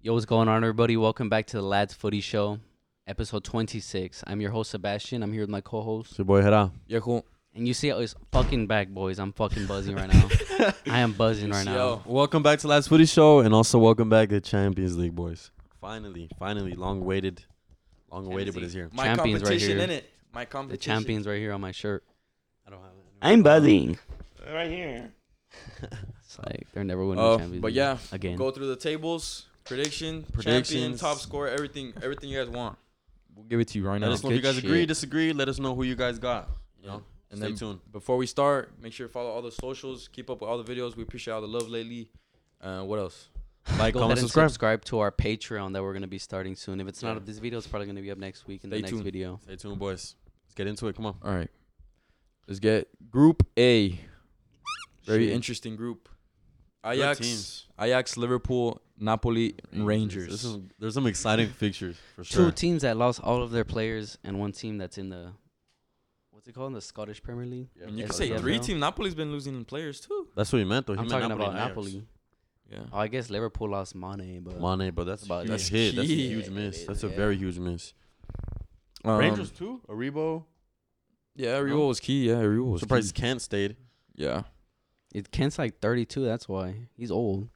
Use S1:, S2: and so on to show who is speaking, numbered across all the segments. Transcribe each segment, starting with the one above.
S1: Yo, what's going on, everybody? Welcome back to the Lads Footy Show, episode 26. I'm your host, Sebastian. I'm here with my co host.
S2: It's your boy Hera.
S3: Yeah, cool.
S1: And you see, oh, it's fucking back, boys. I'm fucking buzzing right now. I am buzzing right now.
S3: Yo.
S2: Welcome back to Last Footy Show, and also welcome back to Champions League, boys. Finally, finally, long waited, long waited, but it's here.
S3: My
S1: Champions right
S3: competition
S1: here.
S3: in it. My
S1: The
S3: competition.
S1: champions right here on my shirt.
S2: I don't have it.
S1: I'm buzzing.
S3: right here.
S1: It's like they're never winning
S3: Uh,
S1: the champions.
S3: but
S1: League
S3: yeah,
S1: again.
S3: go through the tables, prediction, champion,
S2: Predictions.
S3: top score, everything, everything you guys want. We'll give it to you right
S2: Let us know if you
S1: Good
S2: guys agree,
S1: shit.
S2: disagree. Let us know who you guys got. You know,
S3: And
S2: stay
S3: then
S2: tuned.
S3: before we start, make sure you follow all the socials. Keep up with all the videos. We appreciate all the love lately. Uh, what else?
S2: Like,
S1: Go ahead
S2: comment,
S1: and
S2: subscribe.
S1: subscribe. to our Patreon that we're going to be starting soon. If it's not
S3: Yeah.
S1: up this video, it's probably going to be up next week in the
S3: Stay
S1: next
S3: tuned.
S1: video.
S2: Stay tuned, boys. Let's get into it. Come on.
S3: All right, let's get Group A. Very
S2: Shit.
S3: interesting group.
S2: Good
S3: Ajax,
S2: teams.
S3: Ajax, Liverpool, Napoli, Rangers.
S2: This is, there's some exciting fixtures for
S1: Two
S2: sure.
S1: teams that lost all of their players and one team that's in the, what's it called? In the Scottish Premier League?
S2: Yeah,
S3: I mean, you
S1: Yeah,
S3: could
S1: so
S3: say
S1: yeah,
S3: three
S1: no.
S3: team. Napoli's been losing players too.
S2: That's what he meant, though. He
S1: I'm
S2: meant
S1: talking
S2: Napoli
S1: about
S2: and Ajax.
S1: Napoli.
S3: Yeah.
S1: Oh, I guess Liverpool lost Mane, but
S2: Mane, but that's
S1: But
S2: that's
S3: that's
S2: hit. That's a
S3: key.
S2: huge miss. That's a
S1: Yeah.
S2: very huge miss.
S3: Um,
S2: Rangers too. Aribo.
S3: Yeah, Rio was key. Yeah, Rio was
S2: Surprised
S3: Key.
S2: Kent stayed.
S3: Yeah.
S1: it Kent's like 32. That's why he's old.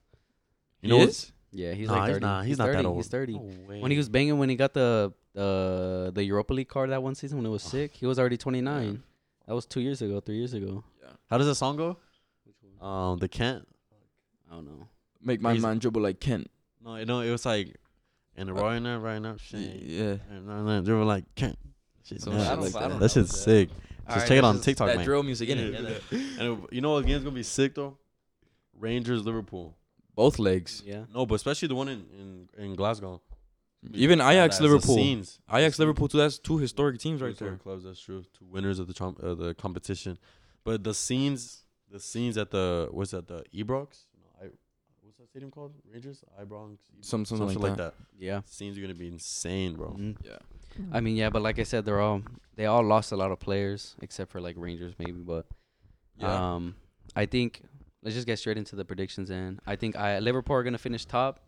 S2: You know what?
S1: Yeah, he's
S2: Nah,
S1: like
S2: he's
S1: 30.
S2: not- he's not that
S1: 30,
S2: old.
S1: He's 30.
S2: No
S1: When he
S2: way.
S1: was banging, when he got the uh, the Europa League card that one season when it was sick, he was already 29. That was two years ago, three years ago.
S2: How does that song go? Um, the Kent.
S1: I don't know.
S3: Make my
S2: He's-
S3: man dribble like Kent.
S2: No, it- no, it was like, and the
S3: Uh,
S2: right now, right now,
S3: Yeah.
S2: shit. And then- then They were like, Kent. Shit,
S3: Some
S2: nah,
S3: shit
S2: I don't-
S3: like
S2: I
S3: that.
S2: don't
S3: That
S2: know
S1: shit's
S2: that. sick. Just check it on TikTok,
S3: That
S2: man.
S3: drill music in
S2: Yeah,
S3: it.
S2: and it- you know what game's gonna be sick though? Rangers, Liverpool.
S3: Both legs.
S1: Yeah.
S2: No, but especially the one in in, in Glasgow.
S3: Even Ajax,
S2: Badass.
S3: Liverpool.
S2: The scenes.
S3: Ajax, Liverpool, too. That's two historic teams
S2: Two
S3: right
S2: historic
S3: there.
S2: clubs. That's true. Two winners of the trom- uh, the competition, but the scenes, the scenes at the what's that the Ebrox? No, I, what's that stadium called? Rangers, Ibrox. Ebrox?
S3: Some- something
S2: shit
S3: like
S2: that.
S1: Yeah.
S2: Scenes are gonna be insane, bro.
S1: Mhm.
S3: Yeah.
S1: I mean, yeah, but like I said, they're all they all lost a lot of players except for like Rangers maybe, but
S3: Yeah.
S1: um, I think let's just get straight into the predictions. And I think I Liverpool are gonna finish top,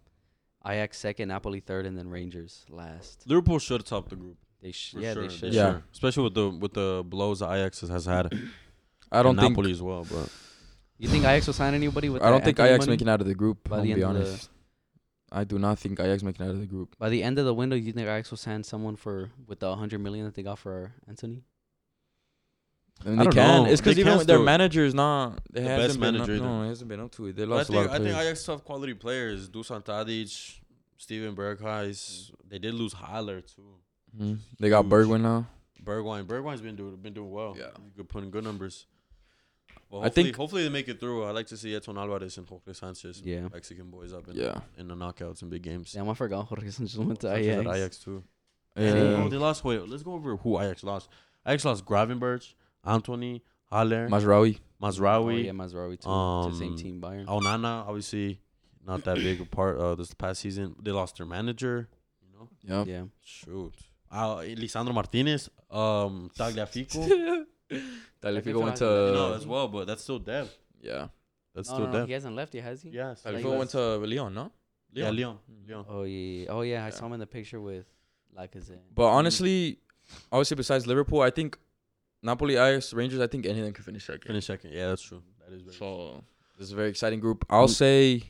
S1: Ajax second, Napoli third, and then Rangers last.
S2: Liverpool should top the group.
S1: They sh-
S2: For
S1: yeah,
S2: sure.
S1: they should.
S3: Yeah.
S2: especially with the with the blows that Ajax has- has had.
S3: I don't
S2: and
S3: think.
S2: Napoli as well, bro.
S1: You think Ajax will sign anybody with?
S3: I don't
S1: that
S3: think
S1: Anthony
S3: Ajax
S1: money?
S3: making out of the group.
S1: By
S3: I'll
S1: the
S3: be
S1: end of the-
S3: honest. I do not think Ajax making out of the group.
S1: By the end of the window, you think Ajax will sign someone for with the 100 million that they got for Anthony?
S3: And
S2: I
S3: they
S2: don't
S3: can.
S2: know.
S3: It's because
S2: They
S3: even
S2: can
S3: with their
S2: still-
S3: manager is not. They
S2: The
S3: hasn't
S2: best
S3: been
S2: manager
S3: Up,
S2: either.
S3: no, it hasn't been up to it. They
S2: But I
S3: lost a lot
S2: think
S3: of
S2: I think
S3: players.
S2: Ajax have quality players. Dusan Tadic, Steven Berghuis. They did lose Heiler too.
S3: Mhm. They got
S2: Huge.
S3: Bergwijn now.
S2: Bergwijn. Bergwijn's been doing been doing well.
S3: Yeah.
S2: He's good putting good numbers. Well,
S3: I
S2: hopefully,
S3: think-
S2: hopefully they make it through. I like to see Eton Alvarez and Jorge Sanchez,
S1: Yeah.
S2: Mexican boys up in,
S3: Yeah.
S2: in the knockouts and big games.
S1: Damn, I forgot. Jorge Sanchez went to
S2: Sanchez
S1: Ajax.
S2: at Ajax too.
S3: Yeah.
S2: Oh, they lost. Wait, let's go over who Ajax lost. Ajax lost Gravenberch, Anthony, Haller,
S3: Masraoui.
S1: Oh,
S2: Masraoui,
S1: yeah, Mazraoui too. to the same
S2: Um,
S1: team, Bayern.
S2: Onana, obviously not that big a part uh, this past season. They lost their manager. You know,
S3: Yeah.
S1: Yeah.
S2: shoot. Uh, Lisandro Martinez, um, Tagliafico.
S1: Tagliafico
S3: Talifico went
S1: hasn't
S3: to.
S1: been
S2: no, as well, but that's still depth.
S3: Yeah.
S2: That's
S1: No,
S2: still
S1: no, no,
S2: depth.
S1: he hasn't left yet, has he?
S2: Yes,
S1: Like,
S3: Talifico went to Leon, no?
S2: yeah, Leon. Leon.
S1: Oh yeah. yeah. Oh yeah, I
S3: Yeah.
S1: saw him in the picture with Lacazette.
S3: But honestly, I would say besides Liverpool, I think Napoli, Ajax, Rangers, I think anything can finish second.
S2: Finish second. Yeah, that's true. That is very true.
S3: So this is a very exciting group. I'll say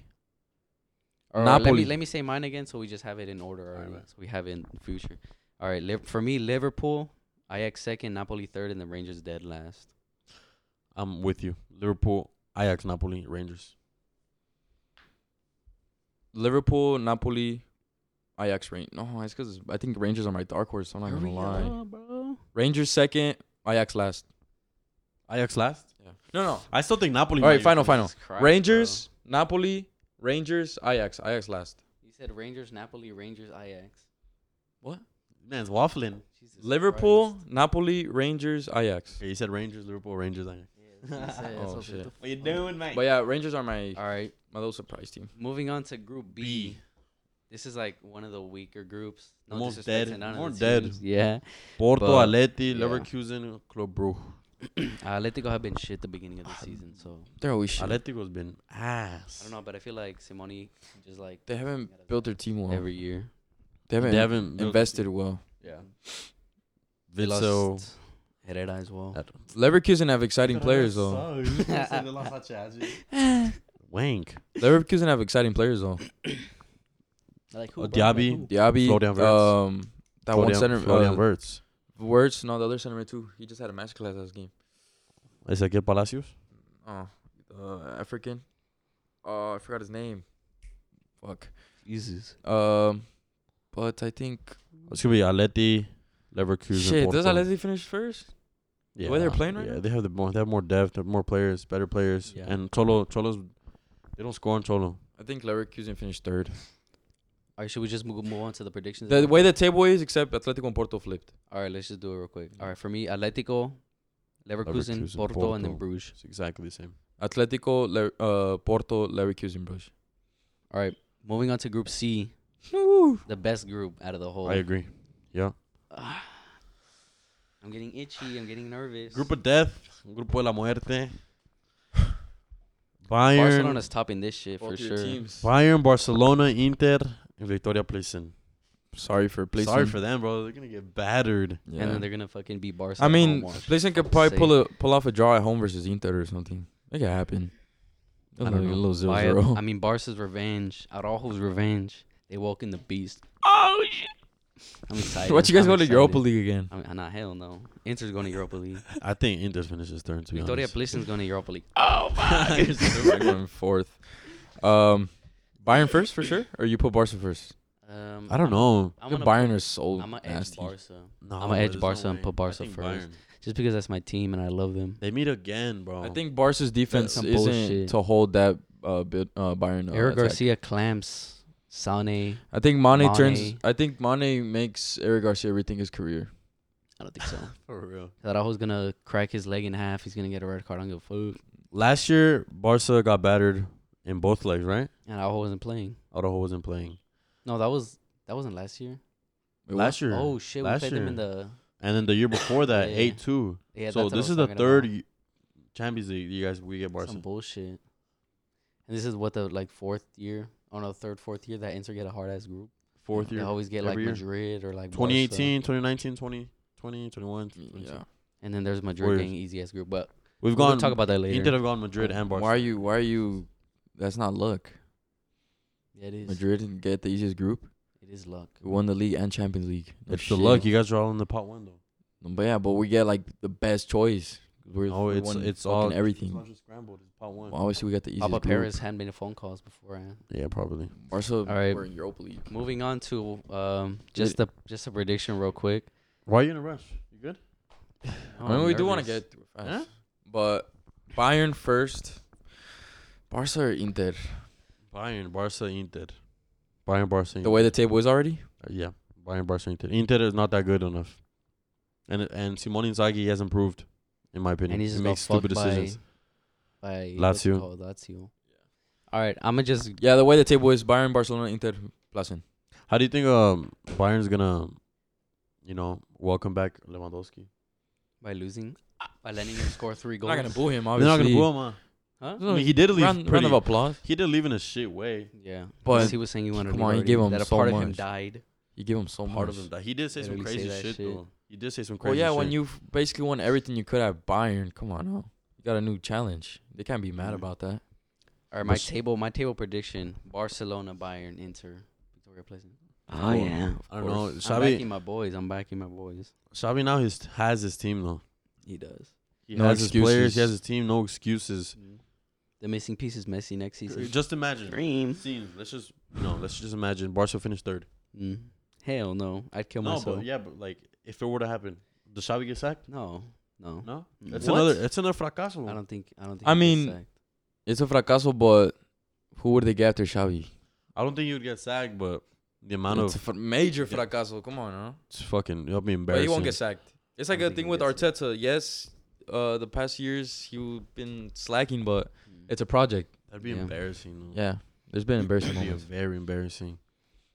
S1: Or uh, Let me,
S3: Napoli.
S1: let me say mine again, so we just have it in order. Already,
S2: Alright.
S1: So we have it in future. All right. Liv- for me, Liverpool, Ajax second, Napoli third, and the Rangers dead last.
S2: I'm with you. Liverpool, Ajax, Napoli, Rangers.
S3: Liverpool, Napoli, Ajax, Rangers. No, it's because I think Rangers are my dark horse. I'm not gonna
S1: Hurry
S3: lie.
S1: up, bro.
S3: Rangers second, Ajax last.
S2: Ajax last.
S3: Yeah. No, no.
S2: I still think Napoli.
S3: All right,
S2: might-
S3: final, final.
S1: Jesus Christ,
S3: Rangers, Napoli, Rangers, Ajax, Ajax last.
S1: bro. You said Rangers, Napoli, Rangers, Ajax.
S2: Man's waffling.
S1: Jesus
S3: Liverpool,
S1: Christ.
S3: Napoli, Rangers, Ajax.
S2: Okay, you said Rangers, Liverpool, Rangers. Ajax.
S1: Yeah, that's what he said.
S3: Oh,
S1: That's what- what
S3: shit.
S1: the
S2: What you
S1: fuck?
S2: doing, mate?
S3: But yeah, Rangers are my
S1: All right.
S3: my little surprise team.
S1: Moving on to Group B.
S2: B.
S1: This is like one of the weaker groups.
S2: The most
S1: disrespect to
S2: dead-
S1: none of
S2: more
S1: the
S2: dead.
S1: teams. Yeah.
S2: Porto,
S1: But-
S2: Atleti,
S1: yeah.
S2: Leverkusen, Club Brugge.
S1: Atletico have been shit the beginning of the season, so
S3: They're always shit.
S2: Atletico's been ass.
S1: I don't know. But I feel like Simone just like
S3: They haven't built their team well.
S1: every year.
S3: they haven't,
S2: They haven't built-
S3: invested well.
S2: Yeah.
S1: They lost
S2: So
S1: Herrera as well.
S3: Leverkusen have exciting players though.
S2: Wank.
S3: Leverkusen have exciting players though.
S1: Like
S2: Uh,
S1: bro? Like
S2: Diaby.
S1: who?
S3: Diaby,
S2: Florian Wirtz.
S3: um, that one center,
S2: Florian
S3: uh,
S2: Wirtz.
S3: Wirtz, no, the other center too. He just had a masterclass last game.
S2: Ezequiel Palacios.
S3: Oh, uh, African. Oh, I forgot his name. Fuck.
S1: Jesus.
S3: Um, but I think
S2: It's gonna be Atleti, Leverkusen.
S3: shit. Does
S2: Porto.
S3: Atleti finish first?
S2: Yeah,
S3: way they're playing right
S2: yeah,
S3: now?
S2: they have the more, they have more depth, they have more players, better players,
S1: Yeah.
S2: and Cholo, Cholo's, they don't score on Cholo.
S3: I think Leverkusen finished third.
S1: All right, should we just move, move on to the predictions?
S3: The way the table is, except Atletico and Porto flipped.
S1: All right, let's just do it real quick. All right, for me, Atletico, Leverkusen,
S2: Leverkusen,
S1: Porto, and then
S2: Porto.
S1: Bruges.
S2: It's exactly the same.
S3: Atletico, Le- uh, Porto, Leverkusen, Bruges.
S1: All right, moving on to Group C, the best group out of the whole.
S2: I agree. Yeah.
S1: Ah. I'm getting itchy. I'm getting nervous.
S2: Group of death, Grupo de la Muerte. Bayern,
S1: Barcelona's topping this shit for sure.
S2: Bayern, Barcelona, Inter, and Victoria Plzen.
S3: Sorry for Playson.
S2: Sorry for them, bro. They're gonna get battered.
S3: Yeah.
S1: And then they're gonna fucking beat
S3: I
S1: Barcelona.
S3: mean, Playson could probably pull a pull off a draw at home versus Inter or something. It could happen.
S1: I
S3: Like
S1: don't know.
S3: A little zero
S1: Bayern-
S3: zero.
S1: I mean, Barca's revenge. Araujo's revenge. They walk in the beast.
S3: Oh
S1: I'm excited.
S3: What you guys
S1: I'm
S3: go to
S1: excited.
S3: Europa League again?
S1: I mean, not hell no. Inter's going to Europa League.
S2: I think Inter finishes third. To be
S1: Victoria
S2: honest.
S1: Plisen's going to Europa League.
S3: They're going fourth. Um, Bayern first for sure, or you put Barca first.
S1: Um,
S2: I don't know.
S1: I'm
S3: The
S1: gonna
S3: Bayern are so
S1: I'm gonna edge
S3: nasty.
S1: Barca
S2: No,
S1: I'ma edge
S2: there's
S1: Barca and
S2: way.
S1: put Barca
S2: I think
S1: first.
S2: Bayern.
S1: just because that's my team and I love them.
S2: They meet again, bro.
S3: I think Barca's defense
S1: some
S3: isn't
S1: bullshit.
S3: to hold that uh, bit, uh Bayern. Uh,
S1: Eric
S3: attack.
S1: Garcia clamps Sane.
S3: I think Mane, turns.
S1: Mane.
S3: I think Mane makes Eric Garcia rethink his career.
S1: I don't think so.
S2: for real.
S1: Araujo's gonna crack his leg in half. He's gonna get a red card. I don't give a fuck.
S2: Last year, Barca got battered in both legs, right?
S1: And Araujo wasn't playing.
S2: Araujo wasn't playing
S1: No, that was that wasn't last year.
S3: Wait,
S2: last year.
S1: Oh shit,
S2: Last
S1: we played them in the.
S2: and then the year before that,
S1: Yeah.
S2: eight two.
S1: Yeah, that's
S2: so
S1: what I
S2: this
S1: was
S2: is the
S1: talking
S2: third
S1: about.
S2: y- Champions League. You guys, we get Barca.
S1: Some bullshit. And this is what the like fourth year, oh no, third fourth year that Inter get a hard ass group.
S2: Fourth
S1: They
S2: year,
S1: always get like
S2: every year.
S1: Madrid or like Barca.
S2: 2018, 2019, 20, 20, 21.
S3: what?
S2: 22.
S3: Yeah.
S1: And then there's Madrid
S2: Warriors.
S1: getting easy ass group, but
S2: We've
S1: we'll
S2: gone.
S1: talk about that later.
S2: Inter have gone Madrid and Barca.
S3: Why are you? Why are you? That's not luck.
S1: yeah, it is.
S3: Madrid didn't get the easiest group.
S1: It is luck.
S3: We won the league and Champions League. No
S2: It's
S3: Oh, shit.
S2: the luck. You guys are all in the pot one though.
S3: But yeah, but we get like the best choice. We're,
S2: No,
S3: we
S2: Oh, it's-
S3: won
S2: it's
S3: fucking
S2: all- It's
S3: everything.
S2: not just scrambled. It's pot one.
S3: Well, obviously, we got the easiest.
S1: Papa
S3: group.
S1: Paris had made phone calls before. eh?
S2: Yeah, probably.
S3: Barca All
S1: right.
S3: right. were in Europa League.
S1: Moving on to um, just a just a prediction real quick.
S2: Why are you in a rush? You good?
S1: Oh,
S3: I mean,
S1: I'm
S3: we do want to
S1: nervous.
S3: get through fast. But Bayern first. Barca or Inter?
S2: Bayern, Barca, Inter. Bayern, Barca. Inter.
S3: The way the table is already?
S2: Uh, Yeah, Bayern, Barca, Inter. Inter is not that good enough, and and Simone Inzaghi has improved, in my opinion.
S1: and he's
S2: he
S1: just
S2: makes stupid decisions.
S1: by, by what's it
S2: Lazio.
S1: called? Lazio. All right, I'm gonna just
S3: Yeah, the way the table is Bayern, Barcelona, Inter, Plasen.
S2: How do you think um Bayern's gonna, you know, welcome back Lewandowski?
S1: by losing by letting him score three
S3: I'm
S1: goals.
S3: not going to boo him,
S2: They're not
S3: obviously.
S2: gonna boo him. Huh?
S1: Huh?
S2: I mean, he did leave.
S3: Round, round
S2: pretty,
S3: of applause.
S2: he did leave in a shit way.
S1: Yeah,
S3: But
S1: but he was saying he wanted
S3: come
S1: to.
S3: on, you
S1: leave
S3: give
S1: already,
S3: him
S1: that a
S3: so
S1: part of him
S3: much.
S1: died.
S3: You give him so
S2: Part
S3: much.
S2: of him. died. He did say
S1: Yeah,
S2: some
S1: we say
S2: crazy
S1: that
S2: shit,
S1: shit.
S2: though. He did say some
S3: Well,
S2: crazy.
S3: yeah,
S2: shit.
S3: when you basically won everything you could at Bayern, come on now. You got a new challenge. They can't be mad
S2: Mhm.
S3: about that.
S1: All right, my
S2: Bas-
S1: table, my table prediction: Barcelona, Bayern, Inter, Victoria Pleasant.
S2: Oh, yeah. I don't know.
S1: I'm backing
S2: Xavi,
S1: my boys. I'm backing my boys.
S2: Xavi now his, has his team though.
S1: He does.
S2: He
S3: No
S2: has his players.
S3: excuses.
S2: He has his team. No excuses.
S1: Mm. The missing piece is Messi next season.
S2: Just imagine.
S1: Dream.
S2: Scene. Let's just you know. Let's just imagine. Barca finished third.
S1: Mm. Hell no, I'd kill
S2: No,
S1: myself.
S2: but yeah, but like if it were to happen, does Xavi get sacked?
S1: No, no,
S2: No,
S1: Mm.
S2: that's
S1: What?
S2: another. That's another fracaso.
S1: I don't think. I don't think.
S3: I
S1: he'd get
S3: mean,
S1: sacked.
S3: It's a fracaso, but who would they get after Xavi?
S2: I don't think you would get sacked, but the amount
S3: It's a
S2: of
S3: fr- major
S2: Yeah.
S3: fracaso. Come on, huh?
S2: it's fucking it'll be
S3: But
S2: embarrassing.
S3: he won't get sacked. It's
S1: I
S3: like
S1: don't
S3: a
S1: think
S3: thing
S1: he
S3: with
S1: gets
S3: Arteta. Yes, uh, the past years he's been slacking, but
S1: Mm.
S3: it's a project.
S2: That'd be
S1: Yeah.
S2: embarrassing. Though.
S3: Yeah, there's been embarrassing
S2: That'd be a
S3: moments.
S2: very embarrassing,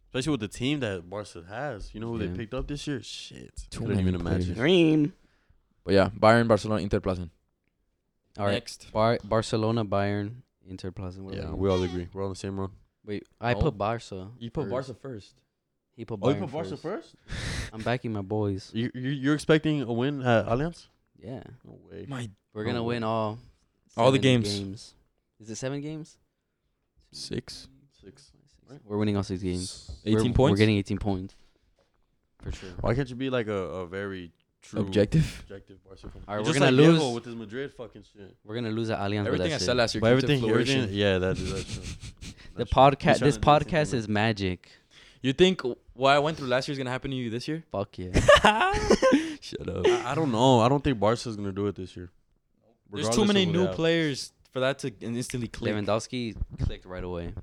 S2: especially with the team that Barca has. You know who
S1: Yeah.
S2: they picked up this year? Shit,
S3: Too
S2: I couldn't even
S3: many players.
S2: imagine.
S1: Dream.
S3: But yeah, Bayern, Barcelona, Inter, Plaza.
S1: All right.
S3: Next.
S1: Bar- Barcelona, Bayern, Inter, Plaza. What
S2: Yeah,
S1: yeah.
S2: we all agree. We're on the same run.
S1: Wait, I
S3: No.
S1: put Barca.
S2: You
S1: first.
S2: first.
S1: He put
S2: Oh,
S1: Bayern
S2: you put Barca
S1: first.
S2: first?
S1: I'm backing my boys.
S2: You, you you're expecting a win at Allianz?
S1: Yeah,
S2: No way.
S3: My
S1: we're gonna
S2: Oh.
S1: win all.
S3: All the
S1: seven
S3: games.
S1: Is it seven games?
S3: six.
S2: Six. Right.
S1: We're winning all six games.
S3: 18
S1: We're-
S3: points?
S1: We're getting 18 points. For sure.
S2: Why can't you be like a, a very true
S3: Objective.
S2: objective Barca? fan?
S1: All right,
S2: You're
S1: we're
S2: just
S1: gonna
S2: like Diego
S1: lose.
S2: with his Madrid fucking shit.
S1: We're gonna lose at Allianz. but
S3: Everything I
S1: that's
S3: said
S1: it.
S3: last year.
S2: But
S3: came to
S2: everything,
S3: fruition.
S2: everything, yeah, that, that's true.
S1: The
S2: That's true. He's
S1: podcast.
S2: trying
S1: This
S2: to do something
S1: podcast
S2: right.
S1: is magic.
S3: You think what I went through last year is gonna happen to you this year?
S1: Fuck yeah.
S3: Shut up.
S2: I, I don't know. I don't think Barca's gonna do it this year.
S3: There's
S2: Regardless
S3: too
S2: of
S3: many
S2: who they
S3: new
S2: have.
S3: players for that to instantly click.
S1: Lewandowski clicked right away.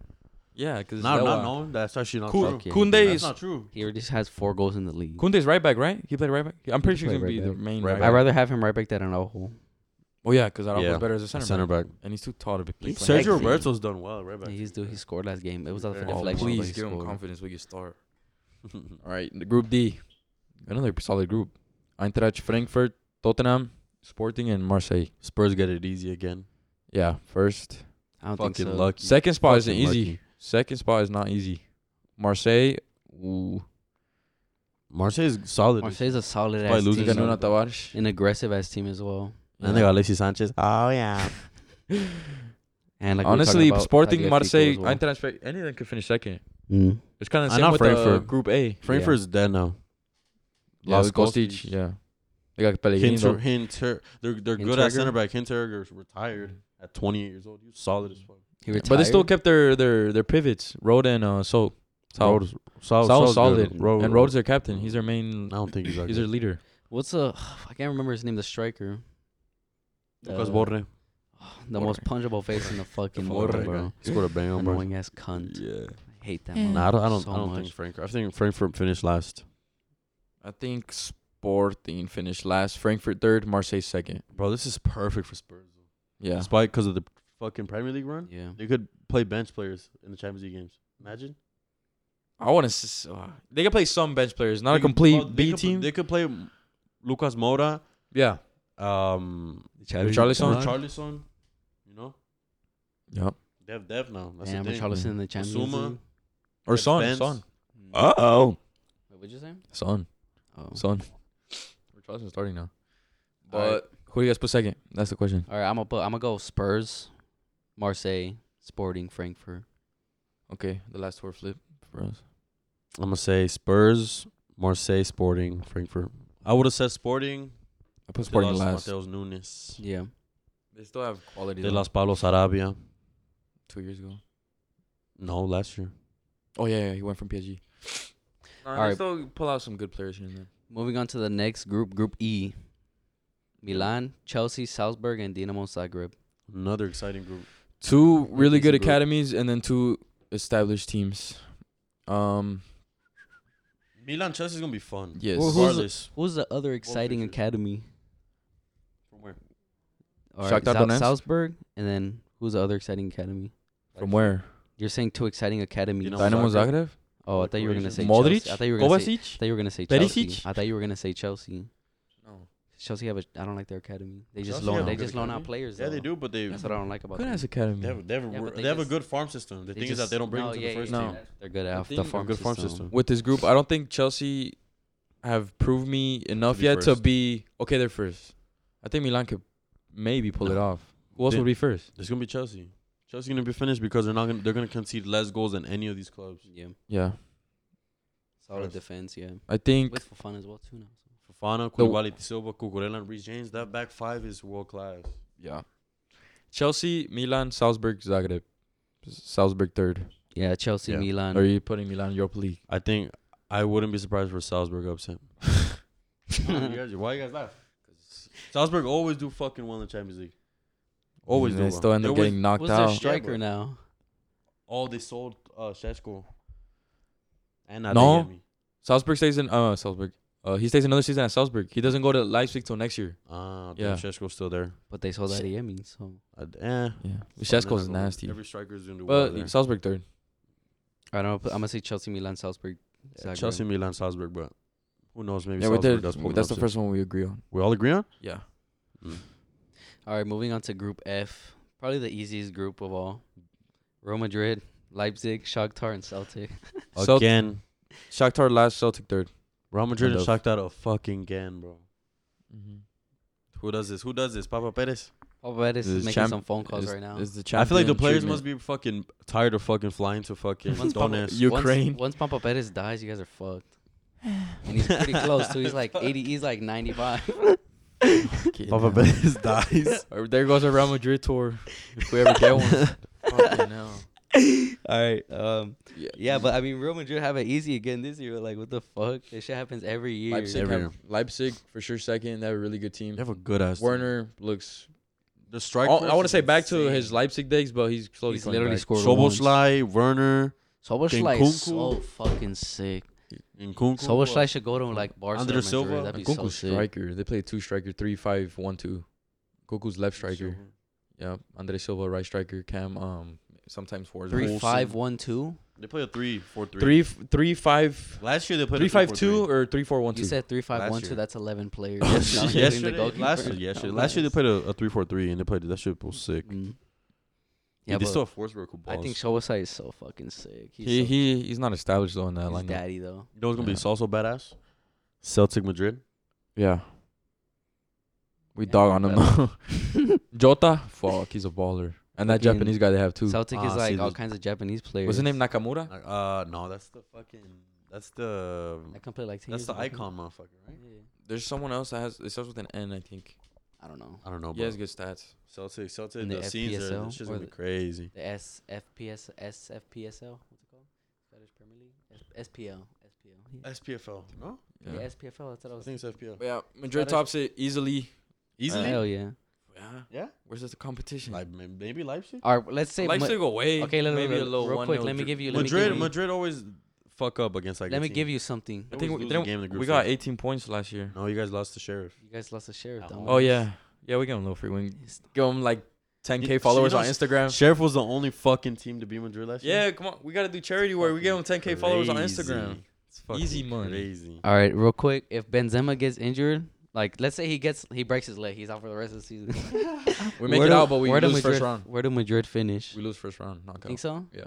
S3: Yeah, because
S2: Not, not knowing. That's actually not
S3: Ku-
S2: true.
S1: Okay.
S3: Kunde
S1: That's
S2: That's
S3: is
S2: not true.
S1: He already has four goals in the league.
S3: Kunde's right back, right? He played right back. I'm pretty
S1: He
S3: sure he's
S1: played
S3: gonna
S1: right
S3: be the
S1: back.
S3: main.
S2: Right
S3: Right
S1: I'd
S3: back.
S1: rather have him right back than Araujo.
S3: Oh yeah, because Araujo's
S2: Yeah.
S3: better as a center,
S2: Center
S3: back.
S2: back.
S3: and he's too tall to be.
S1: He's
S3: playing
S1: Sergio
S2: Sergio
S3: right
S1: Roberto's
S3: back.
S2: Roberto's done well, right back.
S1: Yeah, he's dude. He scored last game. It was off a
S2: Oh,
S1: deflection.
S2: please
S1: but he
S3: give him
S1: scored.
S3: confidence with your start. All right, the Group D, another solid group. Eintracht Frankfurt, Tottenham, Sporting, and Marseille.
S2: Spurs get it easy again.
S3: Yeah, first.
S1: I don't think
S2: Fucking
S1: so.
S2: lucky.
S3: Second spot isn't
S2: Fucking
S3: easy.
S2: lucky.
S3: Second spot is not easy. Marseille, ooh,
S2: Marseille's solid.
S1: Marseille's a solid
S2: Probably
S1: ass
S2: losing
S1: team.
S2: to Nuno
S3: Ganuna Tavares.
S1: An aggressive ass team as well.
S2: And they got Alexis Sanchez. Oh yeah.
S1: And like we were talking
S3: Honestly,
S1: about
S3: Sporting,
S1: Tagliafico
S3: Marseille,
S1: as well.
S3: Eintracht, Fra- anyone can finish second.
S1: Mm.
S3: It's kind of
S2: I
S3: same
S2: know
S3: with uh,
S2: Frankfurt.
S3: Group A.
S2: Frankfurt's dead now.
S3: Yeah,
S2: Lost
S3: with Kostic,
S2: Kostic.
S3: yeah. They got
S2: Hinter,
S3: Pellegrino.
S2: Hinter, they're they're good at
S1: Hinteregger?
S2: center back. Hinteregger's retired at 28 years old. He's solid as fuck.
S1: He retired.
S3: But they still kept their their their pivots, Rode and uh, so Saul.
S2: Rhodes- Saul-
S3: Saul's
S2: Saul's good.
S3: solid.
S2: Rhodes-
S3: And Rode's their captain. He's their main.
S2: I don't think he's that
S3: He's their
S2: good.
S3: leader.
S1: What's a? I can't remember his name. The striker.
S2: Lucas
S1: Uh,
S2: Borre.
S1: The most punchable face in the fucking world,
S2: Borre,
S1: bro.
S2: He scored a bang on Barca.
S1: Annoying ass cunt.
S2: Yeah.
S1: I hate that.
S4: Yeah.
S2: Nah, I don't. I don't,
S1: so
S2: I don't
S1: much.
S2: think Frankfurt. I think Frankfurt finished last.
S3: I think Sporting finished last, Frankfurt third, Marseille second.
S2: Bro, this is perfect for Spurs.
S3: Yeah.
S2: Despite because of the fucking Premier League run,
S1: Yeah.
S2: they could play bench players in the Champions League games. Imagine.
S3: I want to. Uh, they can play some bench players, not
S2: They
S3: a
S2: could-
S3: complete
S2: well, they
S3: B
S2: could-
S3: team.
S2: They could play Lucas Moura,
S3: yeah.
S2: um,
S3: Richarlison.
S2: Charlison. You know,
S3: Yeah.
S2: they have depth now. That's
S1: Damn,
S2: the thing.
S1: Richarlison in the Champions
S2: Basuma.
S1: League.
S3: Or
S2: That's
S3: Son.
S2: Benz.
S3: Son.
S1: Wait,
S3: oh.
S1: what'd you say?
S3: Son.
S1: Oh.
S3: Son. Richarlison starting now. But
S1: All right.
S3: who do you guys put second? That's the question.
S1: All right, I'm gonna put, I'm gonna go Spurs, Marseille, Sporting, Frankfurt.
S3: Okay, the last four flip for us.
S2: I'm gonna say Spurs, Marseille, Sporting, Frankfurt. I would have said Sporting.
S3: I put
S2: They
S3: Sporting
S2: lost
S3: last.
S2: Mateus Nunes.
S1: Yeah.
S3: They still have quality.
S2: They
S3: though,
S2: lost Pablo Sarabia.
S3: two years ago.
S2: No, last year.
S3: Oh yeah, yeah he went from PSG. Nah,
S1: All
S3: they
S1: right.
S3: still pull out some good players here and there.
S1: Moving on to the next group, Group E. Milan, Chelsea, Salzburg, and Dinamo Zagreb.
S2: Another exciting group.
S3: Two really
S2: decent
S3: good
S2: group.
S3: academies and then two established teams. Um,
S2: Milan Chelsea's gonna be fun.
S3: yes.
S1: Well, who's-
S2: Regardless.
S1: Who's the other exciting
S2: fixtures.
S1: academy?
S2: From where?
S1: All right,
S3: Shakhtar
S1: Sal-
S3: Donetsk?
S1: Salzburg, and then who's the other exciting academy?
S3: From where?
S1: You're saying two exciting academies.
S2: Dinamo
S3: Dynamo
S2: Zagreb.
S3: Zagreb?
S1: Oh, I thought you were gonna say
S3: Modric?
S1: Chelsea. I thought you were gonna say. I
S3: Kovacic?
S1: thought you were gonna say
S3: Perisic?
S1: Chelsea. I thought you were gonna say Chelsea.
S3: No.
S1: Chelsea have a. I don't like their academy. They just
S2: Chelsea
S1: loan.
S2: have a
S1: They
S2: good
S1: just loan out
S2: academy.
S1: players.
S2: Yeah, they
S1: though.
S2: do, but they
S1: That's what I don't like about
S3: Good
S1: them.
S3: ass academy.
S2: they have they have, a
S1: Yeah,
S2: wor-
S1: but
S2: they
S1: they
S2: have a
S1: just-
S2: good farm system. The
S1: They
S2: thing is that
S1: just-
S2: they don't bring
S1: no,
S2: them to
S1: yeah,
S2: the first
S1: yeah,
S3: No.
S2: team.
S1: They're good
S3: I
S1: at
S3: think
S1: the
S3: they're
S1: farm
S2: good farm
S1: system.
S2: system.
S3: With this group, I don't think Chelsea have proved me enough
S2: be
S3: yet to
S2: first.
S3: be okay. They're first. I think Milan could maybe pull it
S2: No.
S3: off. Who else
S2: They-
S3: would be first?
S2: It's gonna be Chelsea. Chelsea's gonna be finished because they're not gonna they're gonna concede less goals than any of these clubs.
S1: Yeah,
S3: Yeah,
S1: solid
S2: First.
S1: defense. Yeah,
S3: I think.
S1: with Fofana as well too now. so.
S2: Fofana,
S3: The-
S2: Koulibaly, Silva, Cucurella, and Reece James. That back five is world class.
S3: Yeah, Chelsea, Milan, Salzburg, Zagreb. Salzburg third.
S1: Yeah, Chelsea,
S2: Yeah.
S1: Milan.
S3: Are you putting Milan Europa League?
S2: I think I wouldn't be surprised for Salzburg upset. you guys, why you guys laugh? Salzburg always do fucking well in the Champions League. Always do.
S3: They
S2: well.
S3: still end
S2: They
S3: up
S2: always-
S3: getting knocked
S1: Who's their
S3: out.
S1: striker
S2: bro.
S1: now?
S2: Oh, they sold uh Sheshko. And
S3: No.
S2: Adeyemi.
S3: Salzburg stays in. Uh, Salzburg. Uh, he stays another season at Salzburg. He doesn't go to Leipzig till next year.
S2: Ah, uh,
S3: Yeah.
S2: yeah. Sheshko's still there.
S1: But they sold
S3: Sh-
S1: Adeyemi, so
S2: Uh, eh.
S3: Yeah,
S2: They're not
S3: Shesko's
S2: gonna-
S3: nasty.
S2: Every striker's doing the well.
S3: But
S2: there.
S3: Salzburg third.
S1: I don't know. I'm gonna say Chelsea, Milan, Salzburg.
S2: Yeah,
S1: Zagreb.
S2: Chelsea, Milan, Salzburg, but Who knows? Maybe
S3: yeah, we
S2: Salzburg
S3: did.
S2: does pull an
S3: That's the
S2: upset.
S3: first one we agree on.
S2: We all agree on.
S3: Yeah.
S1: All right, moving on to Group F, probably the easiest group of all. Real Madrid, Leipzig, Shakhtar, and Celtic.
S3: Celt-
S2: Again,
S3: Shakhtar last, Celtic third.
S2: Real Madrid and
S3: Kind
S2: Shakhtar a fucking again, bro.
S3: Mm-hmm.
S2: Who does this? Who does this? Papa Perez.
S1: Paul Perez is
S3: Is
S1: making
S3: champ-
S1: some phone calls
S3: Is-
S1: right now.
S3: is the
S2: I feel like the
S3: champion
S2: players
S3: treatment.
S2: must be fucking tired of fucking flying to fucking
S1: Once Papa-
S2: Donetsk.
S3: You- Ukraine.
S1: Once, once Pampa Perez dies, you guys are fucked. And he's pretty close too. He's like 80. He's like 95.
S3: Fucking
S2: Papa
S3: hell.
S2: Perez dies.
S3: Or There goes a Real Madrid tour. If we ever get one. Fucking hell.
S1: All right. Um.
S3: Yeah.
S1: Yeah, but I mean, Real Madrid have it easy again this year. Like, what the fuck? This shit happens every year.
S3: Leipzig,
S2: Every
S3: have-
S2: year.
S3: Leipzig for sure second. They have a really good team.
S2: They have a good ass. team.
S3: Werner looks.
S2: The strike.
S3: I-
S2: force
S3: I want to
S2: is
S3: say back to
S2: insane.
S3: his Leipzig days, but he's slowly.
S1: He's
S3: coming
S1: literally
S3: back.
S1: scored once.
S2: Soboslai, Werner,
S1: Soboslai is so
S2: Nkunku.
S1: fucking sick. uh,
S2: Nkunku.
S1: Soboslai should go to like Barcelona.
S2: Andre Silva.
S1: That'd be so
S3: Nkunku's
S1: sick.
S3: striker. They play two striker, three five one two. Kuku's left striker. Yeah, Andre Silva right striker. Cam um sometimes forward.
S1: Three
S2: Olsen.
S1: five one two.
S2: They play a 3 4 3.
S3: Three f- three five
S2: Last year they played
S3: three
S2: a 3
S3: five two or three four one
S1: You
S3: two.
S1: said three five
S2: Last
S1: one two.
S2: year.
S1: That's eleven players.
S2: Oh,
S1: That's not
S2: shit.
S1: including the
S2: yesterday, last year,
S1: goalkeeper.
S2: yesterday,
S1: Oh,
S2: last year they
S1: nice.
S2: played a, a 3 4 3 and they played that shit was sick.
S1: Mm.
S2: Yeah,
S1: Yeah,
S2: they
S1: but
S2: still have Forsberg
S1: I think
S2: balls.
S1: Soboslai is so fucking sick. He's
S3: he
S1: so,
S3: he he's not established though in
S1: he's
S3: that lineup.
S1: daddy though.
S2: You know what's gonna be
S3: Yeah.
S2: so so badass? Celtic Madrid.
S3: Yeah. We
S1: Yeah,
S3: dog on him
S1: but-
S3: though. Jota, fuck, he's a baller. And that
S1: Fucking-
S3: Japanese guy they have too.
S1: Celtic
S2: Ah,
S1: is
S2: see,
S1: like all
S2: the-
S1: kinds of Japanese players.
S3: What's his name? Nakamura.
S2: Uh, no, that's the fucking. That's the.
S1: I can play like 10
S2: That's
S1: years
S2: the
S1: ago.
S2: icon, motherfucker, right?
S1: Yeah.
S3: There's someone else that has. It starts with an N, I think.
S1: I don't know.
S2: I don't know.
S3: He
S2: Bro.
S3: has good stats.
S2: Celtic, Celtic,
S1: In
S2: the,
S1: the
S2: scenes are
S1: FPSL
S2: this shit's
S1: or
S2: gonna be
S1: the-
S2: crazy.
S1: The S F P S S F P S L. What's it called? Scottish Premier League. S P L. S P L.
S2: SPFL, no?
S1: Yeah,
S3: Yeah.
S1: S P F L. That's what I
S2: I
S1: was. Uh,
S2: think it's FPL.
S3: But yeah, Madrid
S2: Scottish-
S3: tops it easily. Uh,
S2: Easily.
S1: Hell yeah.
S3: Yeah.
S2: yeah.
S3: Where's the competition?
S2: Like may- maybe Leipzig.
S1: All right. Let's say. Ma-
S3: Leipzig away.
S1: okay. Let me
S3: maybe a little
S1: real
S3: one
S1: quick.
S3: nil
S1: Let me
S3: dri-
S1: give you. Let me
S2: Madrid,
S1: give you,
S2: Madrid always fuck up against like.
S1: Let
S2: a
S1: me
S2: team.
S1: give you something.
S3: I
S2: They
S3: think
S2: always lose
S3: we,
S2: a
S3: didn't-
S2: game in the group
S3: we got
S2: stage.
S3: 18 points last year.
S2: No, you guys lost the sheriff.
S1: You guys lost a share.
S2: At
S1: Don't
S2: home.
S1: we?
S3: Oh yeah, yeah. We gave him a little free wing. Give him like 10k
S2: You-
S3: followers
S2: you know,
S3: on Instagram.
S2: Sheriff was the only fucking team to beat Madrid last year.
S3: Yeah, come on. We gotta do charity where we give him 10k followers on Instagram.
S2: It's fucking
S3: Easy money.
S2: Crazy.
S1: All right. Real quick. If Benzema gets injured, like let's say he gets he breaks his leg, he's out for the rest of the season.
S3: We make
S1: Where
S3: it
S1: do-
S3: out, but we
S1: where do
S3: lose
S1: Madrid,
S3: first round.
S1: Where do Madrid finish?
S3: We lose first round. Knockout.
S1: Think so?
S3: Yeah.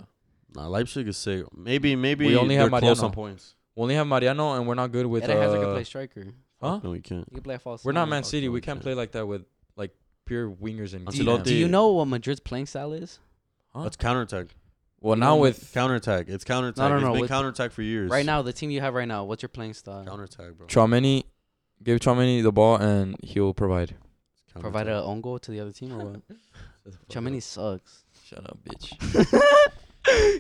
S2: Nah, Leipzig is sick. Maybe, maybe
S3: We only have
S2: they're close
S3: Mariano.
S2: on points.
S3: We only have Mariano, and we're not good with.
S1: Eden Hazard can
S3: uh,
S1: play striker. He
S3: huh?
S2: No, we can't.
S1: can play a false.
S3: We're not
S1: nine.
S3: Man
S2: fuck
S3: City.
S2: no,
S3: We
S2: we
S3: can't
S2: can't.
S3: play like that with like pure wingers and.
S1: Do you,
S2: Ancelotti.
S1: do you know what Madrid's playing style is?
S3: Huh?
S2: It's counterattack.
S3: Well,
S1: you
S3: now
S1: know-
S3: with
S2: Counterattack. It's counterattack.
S1: No, no,
S2: It's
S1: no,
S2: been
S1: with-
S2: counterattack for years.
S1: Right now, the team you have right now, what's your playing style?
S2: Counterattack, bro.
S3: Chomini, give Chomini the ball, and he'll provide.
S1: Provide an own goal to the other team or what? Chamini sucks.
S3: Shut up, bitch.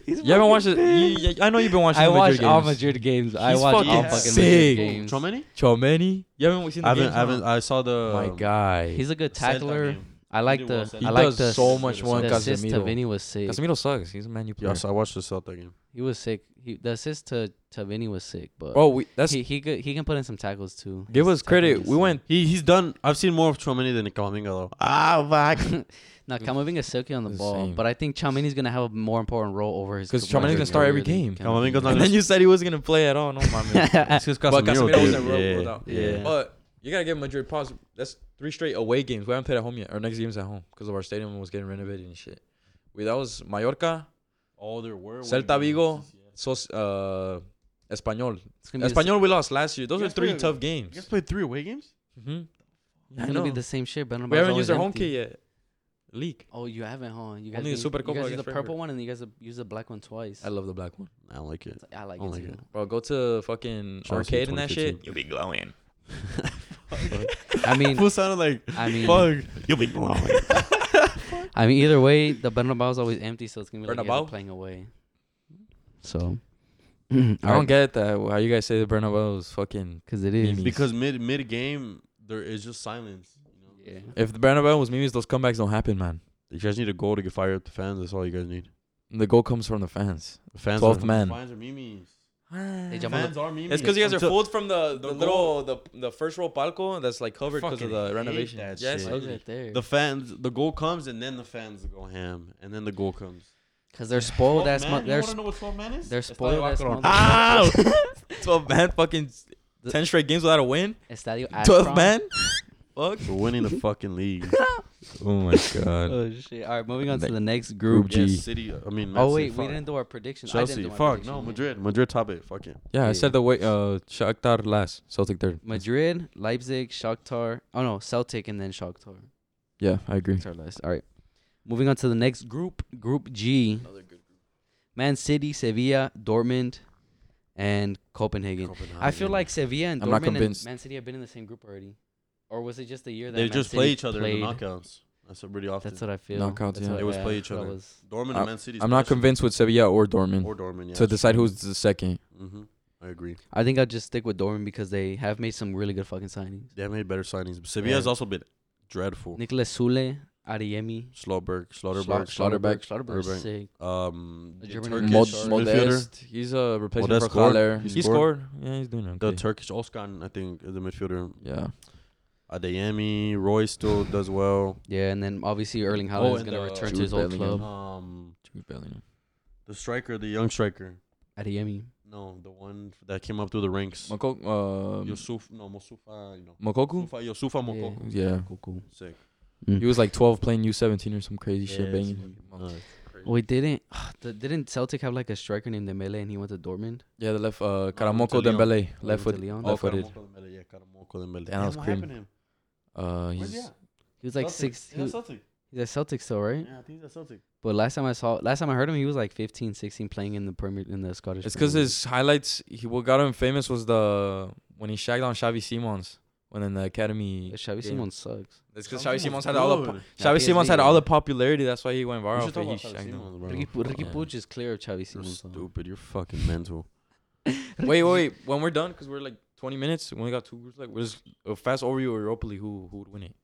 S1: He's
S3: You haven't watched it. You, you- I know you've been watching. the Madrid
S1: games.
S3: games. He's fucking sick.
S2: Chomeni?
S3: Chomini. You haven't seen the
S2: I haven't,
S3: games,
S2: I haven't. um,
S3: huh?
S2: I saw the.
S3: Oh My guy.
S1: He's a good
S2: the Celta
S1: tackler.
S2: game.
S1: I like
S2: did well
S1: the.
S2: Celta.
S1: I
S3: He
S1: like
S3: does
S1: the.
S3: so much more than
S1: the assist to
S3: Casemiro.
S1: Vinny was sick.
S3: Casemiro sucks. He's a man you player.
S2: Yes, I watched the Celtic game.
S1: He was sick. He, the assist to, to Vinny was sick, but
S3: Bro, we, that's
S1: he he could, he can put in some tackles too.
S3: give
S1: His
S3: us credit.
S1: tackling
S3: We
S1: is
S3: went.
S2: He he's done. I've seen more of Chomeni than Kamavinga though. Ah, fuck.
S1: sick. now Kamavinga is silky on the
S3: The
S1: ball,
S3: same.
S1: but I think Chamini's gonna have a more important role over his.
S3: 'Cause
S1: career
S3: Tchouaméni's
S2: gonna
S1: than
S3: start every
S1: Casemiro than
S3: game.
S1: Camavinga.
S2: Kamavinga's not.
S3: And
S2: gonna-
S3: then you said he wasn't gonna play at all. No, my man.
S2: It's 'cause
S3: But Casemiro
S2: dude.
S3: wasn't ro- rolled out.
S2: Yeah, yeah.
S3: But you gotta give Madrid pause. That's three straight away games. We haven't played at home yet. Our next game's at home because of our stadium was getting renovated and shit. Wait, that was Mallorca,
S2: All Oh, there were.
S3: Celta Vigo, Sos, uh, Espanol.
S1: It's gonna be the,
S3: Espanol we lost last year. Those
S2: You
S3: are
S2: guys
S3: three
S2: played-
S3: tough
S2: You
S3: games.
S2: guys played three away games.
S3: hmm
S1: it's gonna be the same shit. Bernabeu's
S3: we haven't
S1: always
S3: used our home
S1: empty.
S3: kit yet. League.
S1: Oh, you haven't, huh? You guys
S3: Only the
S1: didn't-
S3: Super
S1: you
S3: Copa
S1: guys
S3: against
S1: used the
S3: Frankfurt.
S1: purple one and you guys used the black one twice.
S3: I love the black one.
S2: I don't like it.
S1: I like
S2: I
S1: it
S2: like
S1: too.
S2: it.
S3: Bro, go to fucking
S2: Chelsea
S3: arcade and that
S2: 2015.
S3: shit. You'll be glowing.
S1: I mean,
S2: Who sounded like?
S1: I mean,
S2: Fuck. You'll be blown.
S1: I mean, either way, the Bernabeu is always empty, so it's gonna be like you guys are
S3: Bernabeu?
S1: playing away. So
S3: I don't get that. How you guys say the Bernabeu is fucking.
S1: because it is.
S3: Mimi.
S2: because mid mid game there is just silence. You know?
S1: Yeah.
S3: If the Bernabeu was Mimi's, those comebacks don't happen, man.
S2: You guys need a goal to get fired up the fans. That's all you guys need.
S3: The goal comes from the fans.
S2: The fans.
S3: 12th
S2: are,
S3: man.
S2: The fans are memes.
S1: They
S2: The
S1: jump on
S2: fans are memes.
S3: It's because you guys are
S2: Until-
S3: fooled from the, the,
S2: the
S3: little the, the first row palco that's like covered because of
S2: Fucking
S3: the
S2: hate
S3: renovation.
S2: that
S3: Yes,
S2: shit.
S1: Those
S3: ugly.
S1: right there.
S2: The fans, the goal comes, and then the fans go ham, and then the goal comes.
S1: Because they're spoiled
S3: Oh,
S1: as much. They're,
S2: know what 12 man is? Ah!
S1: they're spoiled as much.
S3: Twelve man fucking the
S1: The-
S3: Ten straight games without a win.
S1: Estadio
S3: Twelve
S1: Akron.
S3: man. Fuck.
S2: We're winning the fucking league.
S3: Oh my god.
S1: Oh shit! All right, moving on to
S3: Ne-
S1: the next group.
S3: Group G.
S2: Yeah, City. I mean, Man
S1: Oh
S2: City,
S1: wait, we
S2: fuck.
S1: didn't do our predictions. I didn't
S2: Chelsea.
S1: do my
S2: Fuck
S1: prediction
S2: no,
S1: yet.
S2: Madrid. Madrid top eight. Fuck it.
S3: Yeah, I
S1: Yeah.
S3: said the way. Uh, Shakhtar last, Celtic third.
S1: Madrid, Leipzig, Shakhtar. Oh no, Celtic and then Shakhtar.
S3: Yeah, I agree.
S1: That's our list. All right. Moving on to the next group, Group G. Man City, Sevilla, Dortmund, and Copenhagen. I feel like Sevilla and
S3: I'm
S1: Dortmund
S3: not
S1: and
S3: convinced.
S1: Man City have been in the same group already, or was it just the year that
S2: they
S1: Man
S2: just
S1: City
S2: play each other in
S1: played?
S2: the knockouts. That's what pretty often.
S1: That's what I feel.
S3: Knockouts,
S1: That's
S3: yeah.
S1: what-
S2: They always play
S1: that's
S2: each
S1: what I
S2: other.
S1: was-
S2: Dortmund and Man City.
S3: I'm not convinced with Sevilla or Dortmund
S2: Or Dortmund. Yeah.
S3: to decide who's the second.
S2: Mm-hmm. I agree.
S1: I think I'll just stick with Dortmund because they have made some really good fucking signings.
S2: They have made better signings. Sevilla's also been dreadful.
S1: Nicolas Sule, Ariemi,
S2: Slauberg,
S1: Schla-
S2: Slaughterberg,
S3: Schlotterbeck.
S1: Schlotterbeck,
S2: Schlotterbeck.
S1: sick.
S2: um,
S1: The
S2: the
S1: German
S2: Turkish
S1: Mod-
S2: midfielder,
S3: Modest, he's a replacement
S2: Modest
S3: for
S2: scored.
S3: Haller.
S2: He
S3: He scored. Yeah, he's doing
S2: the
S3: okay.
S2: Turkish Oskan, I think, is the midfielder.
S3: yeah,
S2: Adeyemi, Roy still does well.
S1: Yeah, and then obviously Erling Haaland is
S2: and,
S1: gonna
S2: uh,
S1: return to
S3: Jude
S1: his old
S3: Bellingham.
S1: club.
S2: Um,
S3: Jude Bellingham.
S2: the striker, the young striker.
S1: Ariemi.
S2: No, the one that came up through the ranks.
S3: Moko, um,
S2: Yusuf, no, Mosufa, you know.
S3: Mokoku.
S2: Mosufa, Yusufa
S1: Yeah.
S2: Mokoku.
S3: Yeah,
S1: Cool, cool.
S2: Sick.
S3: he was like 12 playing U17 or some crazy shit, banging.
S1: Wait, didn't the, didn't Celtic have like a striker named Dembele and he went to Dortmund?
S3: Yeah, the left uh,
S2: No, he went to
S3: Karamoko
S2: Lyon.
S3: Dembele, left
S1: went
S3: foot,
S1: to Lyon.
S2: Oh,
S3: left footed.
S2: Karamoko Dembele, yeah, Karamoko Dembele.
S3: Damn, I was
S2: what
S3: cream.
S2: happened to him?
S3: Uh,
S2: Where's he
S3: he's
S2: at?
S1: He was like
S2: Celtic.
S1: six.
S2: Yeah,
S1: He,
S2: Celtic.
S1: he's at Celtic still, right?
S2: Yeah, I think he's at Celtic.
S1: But last time I saw, last time I heard him, he was like 15, 16 playing in the Premier in the Scottish.
S3: it's because
S1: Premier
S3: his highlights. He what got him famous was the when he shagged on Xavi Simons when in the academy.
S1: League. Xavi
S3: game.
S1: Simon sucks.
S3: That's because Xavi Simons had all the po- Xavi
S1: PSG,
S3: Simons had all the
S1: yeah.
S3: popularity. That's why he went
S2: We
S3: viral.
S2: should
S3: for
S2: talk
S3: he
S2: about Xavi
S3: shagged him.
S2: Simons, bro.
S1: Ricky, Pu- Ricky
S3: yeah.
S1: Puig is clear of Xavi
S2: You're
S1: Simon. though.
S2: stupid. You're fucking mental.
S3: Wait, wait, wait. When we're done, because we're like 20 minutes, we only got two groups. Like, we're just uh, fast over you or Europa League. Who who would win it?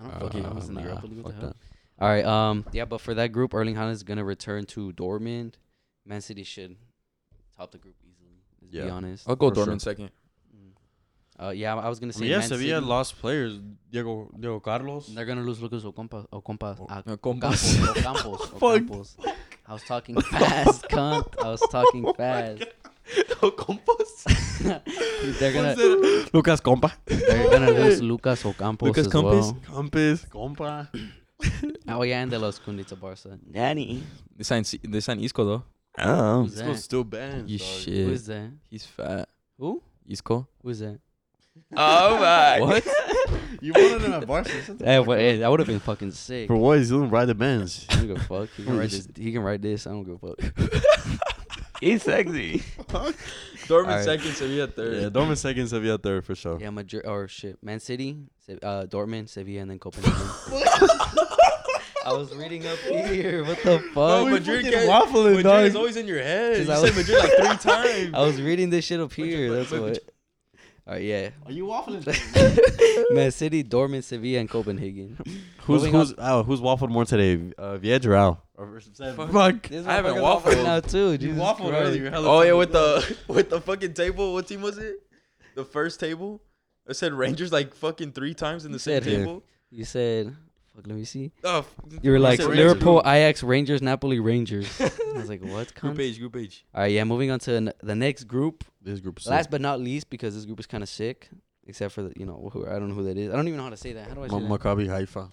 S1: I don't fucking know. I was in the
S2: Ah, nah,
S1: Europa League. What the
S2: fuck
S1: hell? All right. Um. Yeah, but for that group, Erling Haaland is gonna return to Dortmund. Man City should top the group easily. Let's be
S2: Yeah.
S1: honest.
S3: I'll go
S2: For sure.
S3: Dortmund second.
S1: Uh, yeah, I was gonna
S2: I
S1: say.
S2: mean, yeah,
S1: Man
S2: Sevilla
S1: City.
S2: lost players. Diego, Diego Carlos.
S1: They're gonna lose Lucas Ocampo. Ocampo.
S2: O-
S1: Uh,
S3: Uh,
S1: Ocampos. Ocampos. Ocampos. I was talking fast, cunt. I was
S2: Oh
S3: Oh
S1: talking fast. they're gonna
S2: Lucas Compa.
S1: they're gonna lose Lucas Ocampos
S3: Lucas
S1: as
S3: Campos?
S1: well.
S2: Compis. Compa.
S1: Oh yeah, and they lost Kundi to Barca. Nanny,
S3: They signed, C- they signed Isco, though.
S2: Oh.
S1: Who's
S2: This goes
S1: that?
S2: still banned.
S3: You
S2: dog.
S1: who
S3: shit.
S1: is that?
S3: He's fat.
S1: Who?
S3: Isco?
S1: Who is that?
S3: Oh, my. What?
S2: You wanted him at Barca. shut the
S1: Hey,
S2: fuck
S1: wha-
S2: up.
S1: hey, Eh, that would have been fucking sick.
S2: For what? He's doing ride the bench.
S1: I don't give a fuck. He can write this. He can write this. I don't give a fuck. He's sexy.
S3: Dortmund
S1: Alright.
S3: second, Sevilla third.
S2: yeah, Dortmund second, Sevilla third for sure.
S1: Yeah, Madrid or shit, Man City, Se- uh, Dortmund, Sevilla, and then Copenhagen. I was reading up here. What the
S3: Oh,
S1: fuck?
S3: Madrid
S2: fucking
S3: can't-
S2: waffling,
S3: Madrid
S2: dog.
S3: is always in your head. You
S1: 'Cause I
S3: said
S1: was-
S3: Madrid like three times.
S1: I was reading this shit up here. That's
S3: but-
S1: what. All right, yeah.
S2: Are you waffling?
S1: Man City, Dortmund, Sevilla, and Copenhagen.
S2: who's
S1: Moving
S2: who's oh, who's waffled more today? Uh, Viedge or Al? Fuck.
S1: This
S3: I haven't
S1: motherfucker's
S3: waffled.
S1: now too. Jesus Christ.
S3: Oh yeah, with the with the fucking table. What team was it? The first table. I said Rangers like fucking three times in the same
S1: said here.
S3: table.
S1: You said, "Fuck, let me see."
S3: Oh, f-
S1: You were
S3: I
S1: like
S3: said Rangers.
S1: Liverpool, Ajax, Rangers, Napoli, Rangers. I was like, "What?"
S3: Group
S1: Cunt?
S3: H, group H.
S1: All right, yeah. Moving on to n- the next group.
S2: This group.
S1: Last but not least, because this group is kind of sick. Except for the, you know, who, I don't know who that is. I don't even know how to say that. How do I say that?
S2: Maccabi Haifa.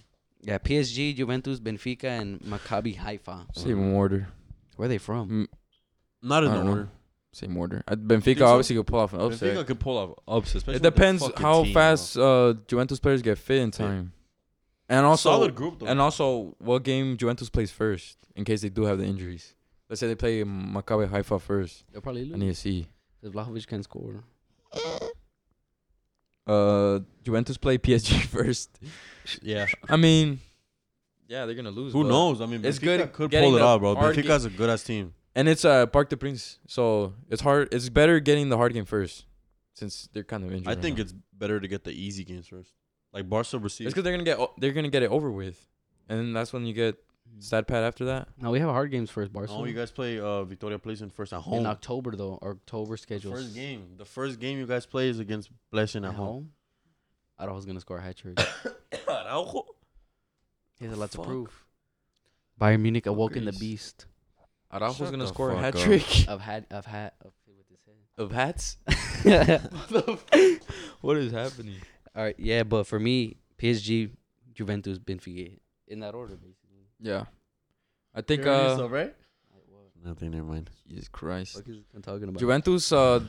S1: Yeah, PSG, Juventus, Benfica, and Maccabi Haifa.
S3: Same order.
S1: Where are they
S3: Hmm.
S1: from?
S2: Not in
S3: I
S2: the
S3: don't know.
S2: order.
S3: Same order. Uh, Benfica
S2: Think so?
S3: obviously could pull off an
S2: Benfica
S3: upset.
S2: could pull off ups. especially
S3: It
S2: with the
S3: depends
S2: fucking
S3: how
S2: team,
S3: fast uh, Juventus players get fit in
S2: Fit.
S3: time, and
S2: bro.
S3: also
S2: solid group though.
S3: and also what game Juventus plays first in case they do have the injuries. Let's say they play Maccabi Haifa first.
S1: They'll probably
S3: I
S2: Mm.
S1: lose.
S3: need to see.
S1: Because Vlahovic can score.
S3: Eh. Uh, Juventus play PSG first.
S2: yeah,
S3: I mean, yeah, they're gonna lose.
S2: who
S3: but-
S2: knows? I mean,
S3: it's
S2: it's
S3: good
S2: good. Could
S3: getting
S2: pull it
S3: the
S2: out, bro.
S3: hard
S2: Benfica's a good ass team.
S3: And it's uh Park de Prince, so it's hard. It's better getting the hard game first, since they're kind of injured.
S2: I
S3: right
S2: think
S3: now.
S2: it's better to get the easy games first. Like Barca
S3: it's
S2: receives.
S3: because they're gonna get o- they're gonna get it over with, and then that's when you get stat pad after that.
S1: No, we have hard games first,
S2: Oh,
S1: Barcelona.
S2: you guys play uh, Victoria plays in first at
S1: in
S2: home.
S1: October, though. Our October schedule.
S2: First game, the first game you guys play is against Blessing
S1: At
S2: at home.
S1: home? I thought I was going to score a hat trick. He has a lot to
S3: Fuck.
S1: prove. Bayern Munich awoken the
S3: Fuckers.
S1: beast
S3: Araujo's
S2: Shut
S3: gonna
S2: the
S3: score a
S2: fuck
S3: hat
S2: up.
S3: trick.
S1: of hat of hat of with his
S3: Of hats?
S1: head.
S3: What is happening?
S1: All right, yeah, but for me, PSG, Juventus, Benfica, in that order, basically.
S3: Yeah. I think uh
S2: right? Nothing. Never mind.
S3: Jesus Christ.
S1: What the fuck is I'm talking about?
S3: Juventus uh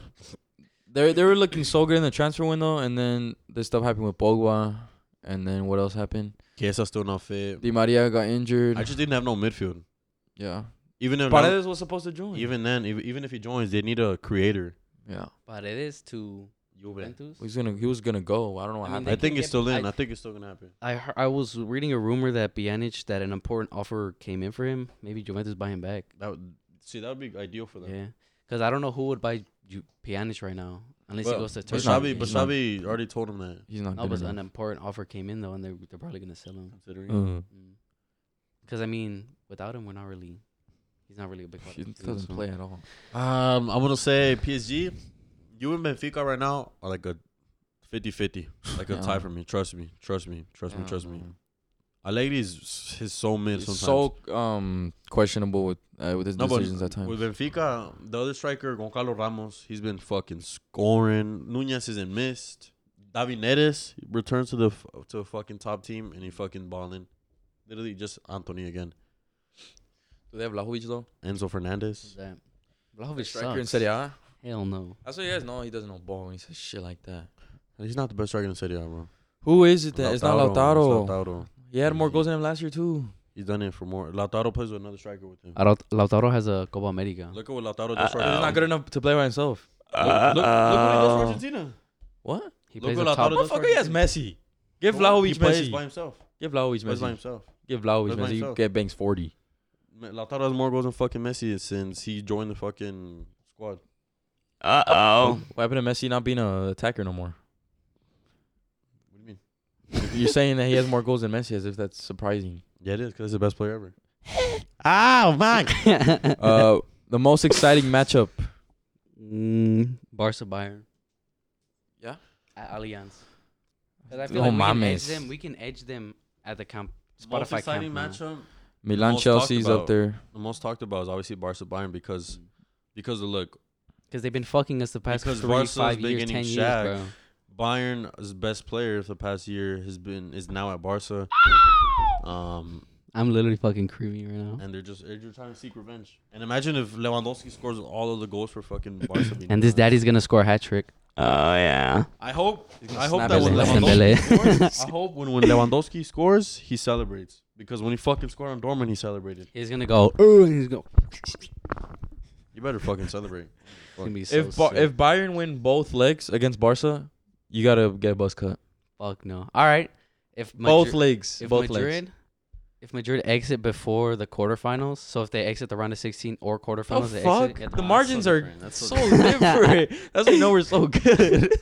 S3: they they were looking so good in the transfer window and then this stuff happened with Pogba and then what else happened?
S2: Chiesa still not fit.
S3: Di Maria got injured.
S2: I just didn't have no midfield.
S3: yeah.
S2: Even if now,
S3: Paredes was supposed to join.
S2: even then, ev- even if he joins, they need a creator.
S3: yeah.
S1: Paredes to
S2: Juve.
S1: Juventus.
S3: He's gonna he was gonna go. I don't know what
S1: I mean,
S3: happened.
S2: I
S1: They
S2: think
S1: can
S2: it's
S1: get-
S2: still in.
S1: I-
S2: I think it's still gonna happen.
S1: I hear- I was reading a rumor that Pjanic that an important offer came in for him. Maybe Juventus buy him back.
S2: That would, see, that would be ideal for them.
S1: Yeah, because I don't know who would buy Ju- Pjanic right now unless
S2: Well,
S1: he goes to
S2: But
S3: He's
S1: Turkey.
S3: not-
S2: Xavi, but
S3: he's not-
S2: Xavi already told him that.
S3: He's not
S1: No, but
S3: good
S1: an
S3: enough.
S1: important offer came in though, and they're they're probably gonna sell him.
S2: Considering
S3: Uh,
S1: Because I mean, without him, we're not really. He's not really a big part.
S3: he
S1: of the team,
S3: doesn't
S1: so-
S3: play at all.
S2: Um, I'm gonna say PSG. You and Benfica right now are like a 50-50. like a
S3: Yeah.
S2: tie for me. Trust me. Trust me. Trust me. Trust me.
S3: Mm.
S2: Allegri is his so mid
S3: He's
S2: sometimes.
S3: so um questionable with uh, with his
S2: No, but
S3: decisions at times.
S2: With Benfica, the other striker, Goncalo Ramos, he's been fucking scoring. Nunez isn't missed. Davi Neres returns to the f- to a fucking top team and he fucking balling. Literally just Anthony again.
S3: Do they have Vlahovic though?
S2: Enzo Fernandez.
S1: Is that Vlahovic
S3: striker in
S1: sucks.
S3: Serie A.
S1: Hell no.
S3: That's what you guys know. He doesn't know ball. He says shit like that.
S2: He's not the best striker in the city, bro.
S3: Who is it? That it's not
S2: It's
S3: Lautaro.
S2: Lautaro.
S3: He had more goals than him last year too.
S2: He's done it for more. Lautaro plays with another striker with him.
S3: Uh,
S1: Lautaro has a Copa America.
S2: Look at what Lautaro does for Argentina.
S3: He's not good enough to play by himself. uh,
S2: Look, look, look what he does for Argentina.
S3: What?
S1: he
S2: look
S1: plays
S2: what
S1: a top.
S2: Lautaro does
S3: Motherfucker, he has Messi. Give Vlahovic
S2: He plays by
S3: Messi.
S2: himself.
S3: Give Vlahovic
S2: He plays by
S3: Messi.
S2: himself.
S3: Give Vlahovic
S2: Plays by
S3: Messi. You
S2: himself.
S3: get Banks forty.
S2: Ma- Lautaro has more goals than fucking Messi since he joined the fucking squad.
S3: Uh oh. What happened to Messi not being an attacker no more?
S2: What do you mean?
S3: You're saying that he has more goals than Messi, as if that's surprising.
S2: Yeah, it is because he's the best player ever.
S1: Ah,
S2: oh man!
S3: Uh, the most exciting matchup.
S1: Mm, Barca Bayern.
S3: Yeah?
S1: At Allianz. 'Cause I feel
S3: No
S1: like we can edge
S3: Oh, mames.
S1: them. We can edge them at the camp.
S2: Most
S1: Spotify camp.
S2: exciting
S1: now.
S2: matchup.
S3: Milan
S2: Most talked
S3: Chelsea's up
S2: about.
S3: there.
S2: The most talked about is obviously Barca Bayern because because of look
S1: Because they've been fucking us the past
S2: Because
S1: three,
S2: Barca's
S1: five
S2: been
S1: years,
S2: getting
S1: ten
S2: shagged.
S1: years, bro.
S2: Bayern's best player for the past year has been is now at Barca. Um,
S1: I'm literally fucking creepy right now.
S2: and they're just they're just trying to seek revenge. And imagine if Lewandowski scores all of the goals for fucking Barca. being
S1: And this
S2: bad.
S1: daddy's gonna score a hat trick. Oh yeah.
S2: I hope.
S3: gonna
S2: I hope
S3: snap
S2: that
S3: his
S2: when
S3: leg.
S1: Dembele.
S2: Lewandowski scores, I hope when, when Lewandowski scores, he celebrates because when he fucking scored on Dortmund, he celebrated.
S1: He's gonna go. Ooh, and he's gonna.
S2: You better fucking celebrate.
S1: It's gonna be so
S3: if Bar-
S1: sick.
S3: if Bayern win both legs against Barca, you gotta get a buzz cut.
S1: fuck no. All right. If
S3: both
S1: Madri-
S3: legs.
S1: if
S3: both
S1: Madrid,
S3: legs.
S1: if Madrid exit before the quarterfinals, so if they exit the round of 16 or
S3: The
S1: quarterfinals, they
S3: fuck?
S1: exit. yeah,
S3: the
S1: nah,
S3: margins
S2: so
S3: are
S2: different. That's
S3: so
S2: so
S3: different. That's when you know we're so good.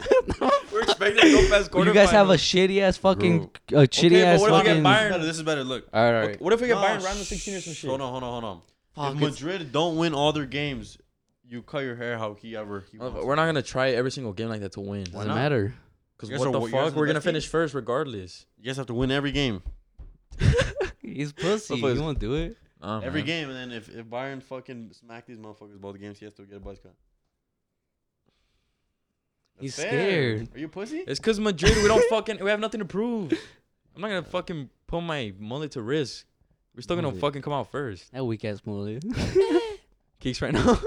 S3: we're expecting to go past
S1: Well, you guys have a shitty ass fucking, uh, shitty
S3: Okay, but
S1: ass
S3: what if we get
S1: fucking.
S3: Bayern?
S2: Better, this is better. Look.
S1: All right, all right.
S3: What if we get
S2: Nah,
S3: Bayern round the 16 or some
S2: shh,
S3: shit?
S2: Hold on, hold on, hold on.
S1: Fuck,
S2: if
S1: it's-
S2: Madrid don't win all their games, you cut your hair how he ever. He wants.
S3: Oh, We're not gonna try every single game like that to win.
S1: Doesn't
S2: not?
S1: matter.
S3: Because
S2: You guys
S3: what
S2: are
S3: the
S2: wa- you guys are
S3: fuck?
S2: the
S3: We're gonna
S2: best team.
S3: finish first regardless.
S2: You guys have to win every game,
S1: He's pussy.
S3: Somebody's-
S1: You won't do it.
S3: Oh,
S2: every game, and then if, if Bayern fucking smack these motherfuckers both games, he has to get a buzz cut.
S1: He's
S2: fair.
S1: scared.
S2: Are you a pussy?
S3: It's because Madrid. We don't fucking. We have nothing to prove. I'm not gonna fucking put my mullet to risk. We're still gonna
S1: Mullet.
S3: fucking come out first.
S1: That weak ass mullet.
S3: Kicks right now.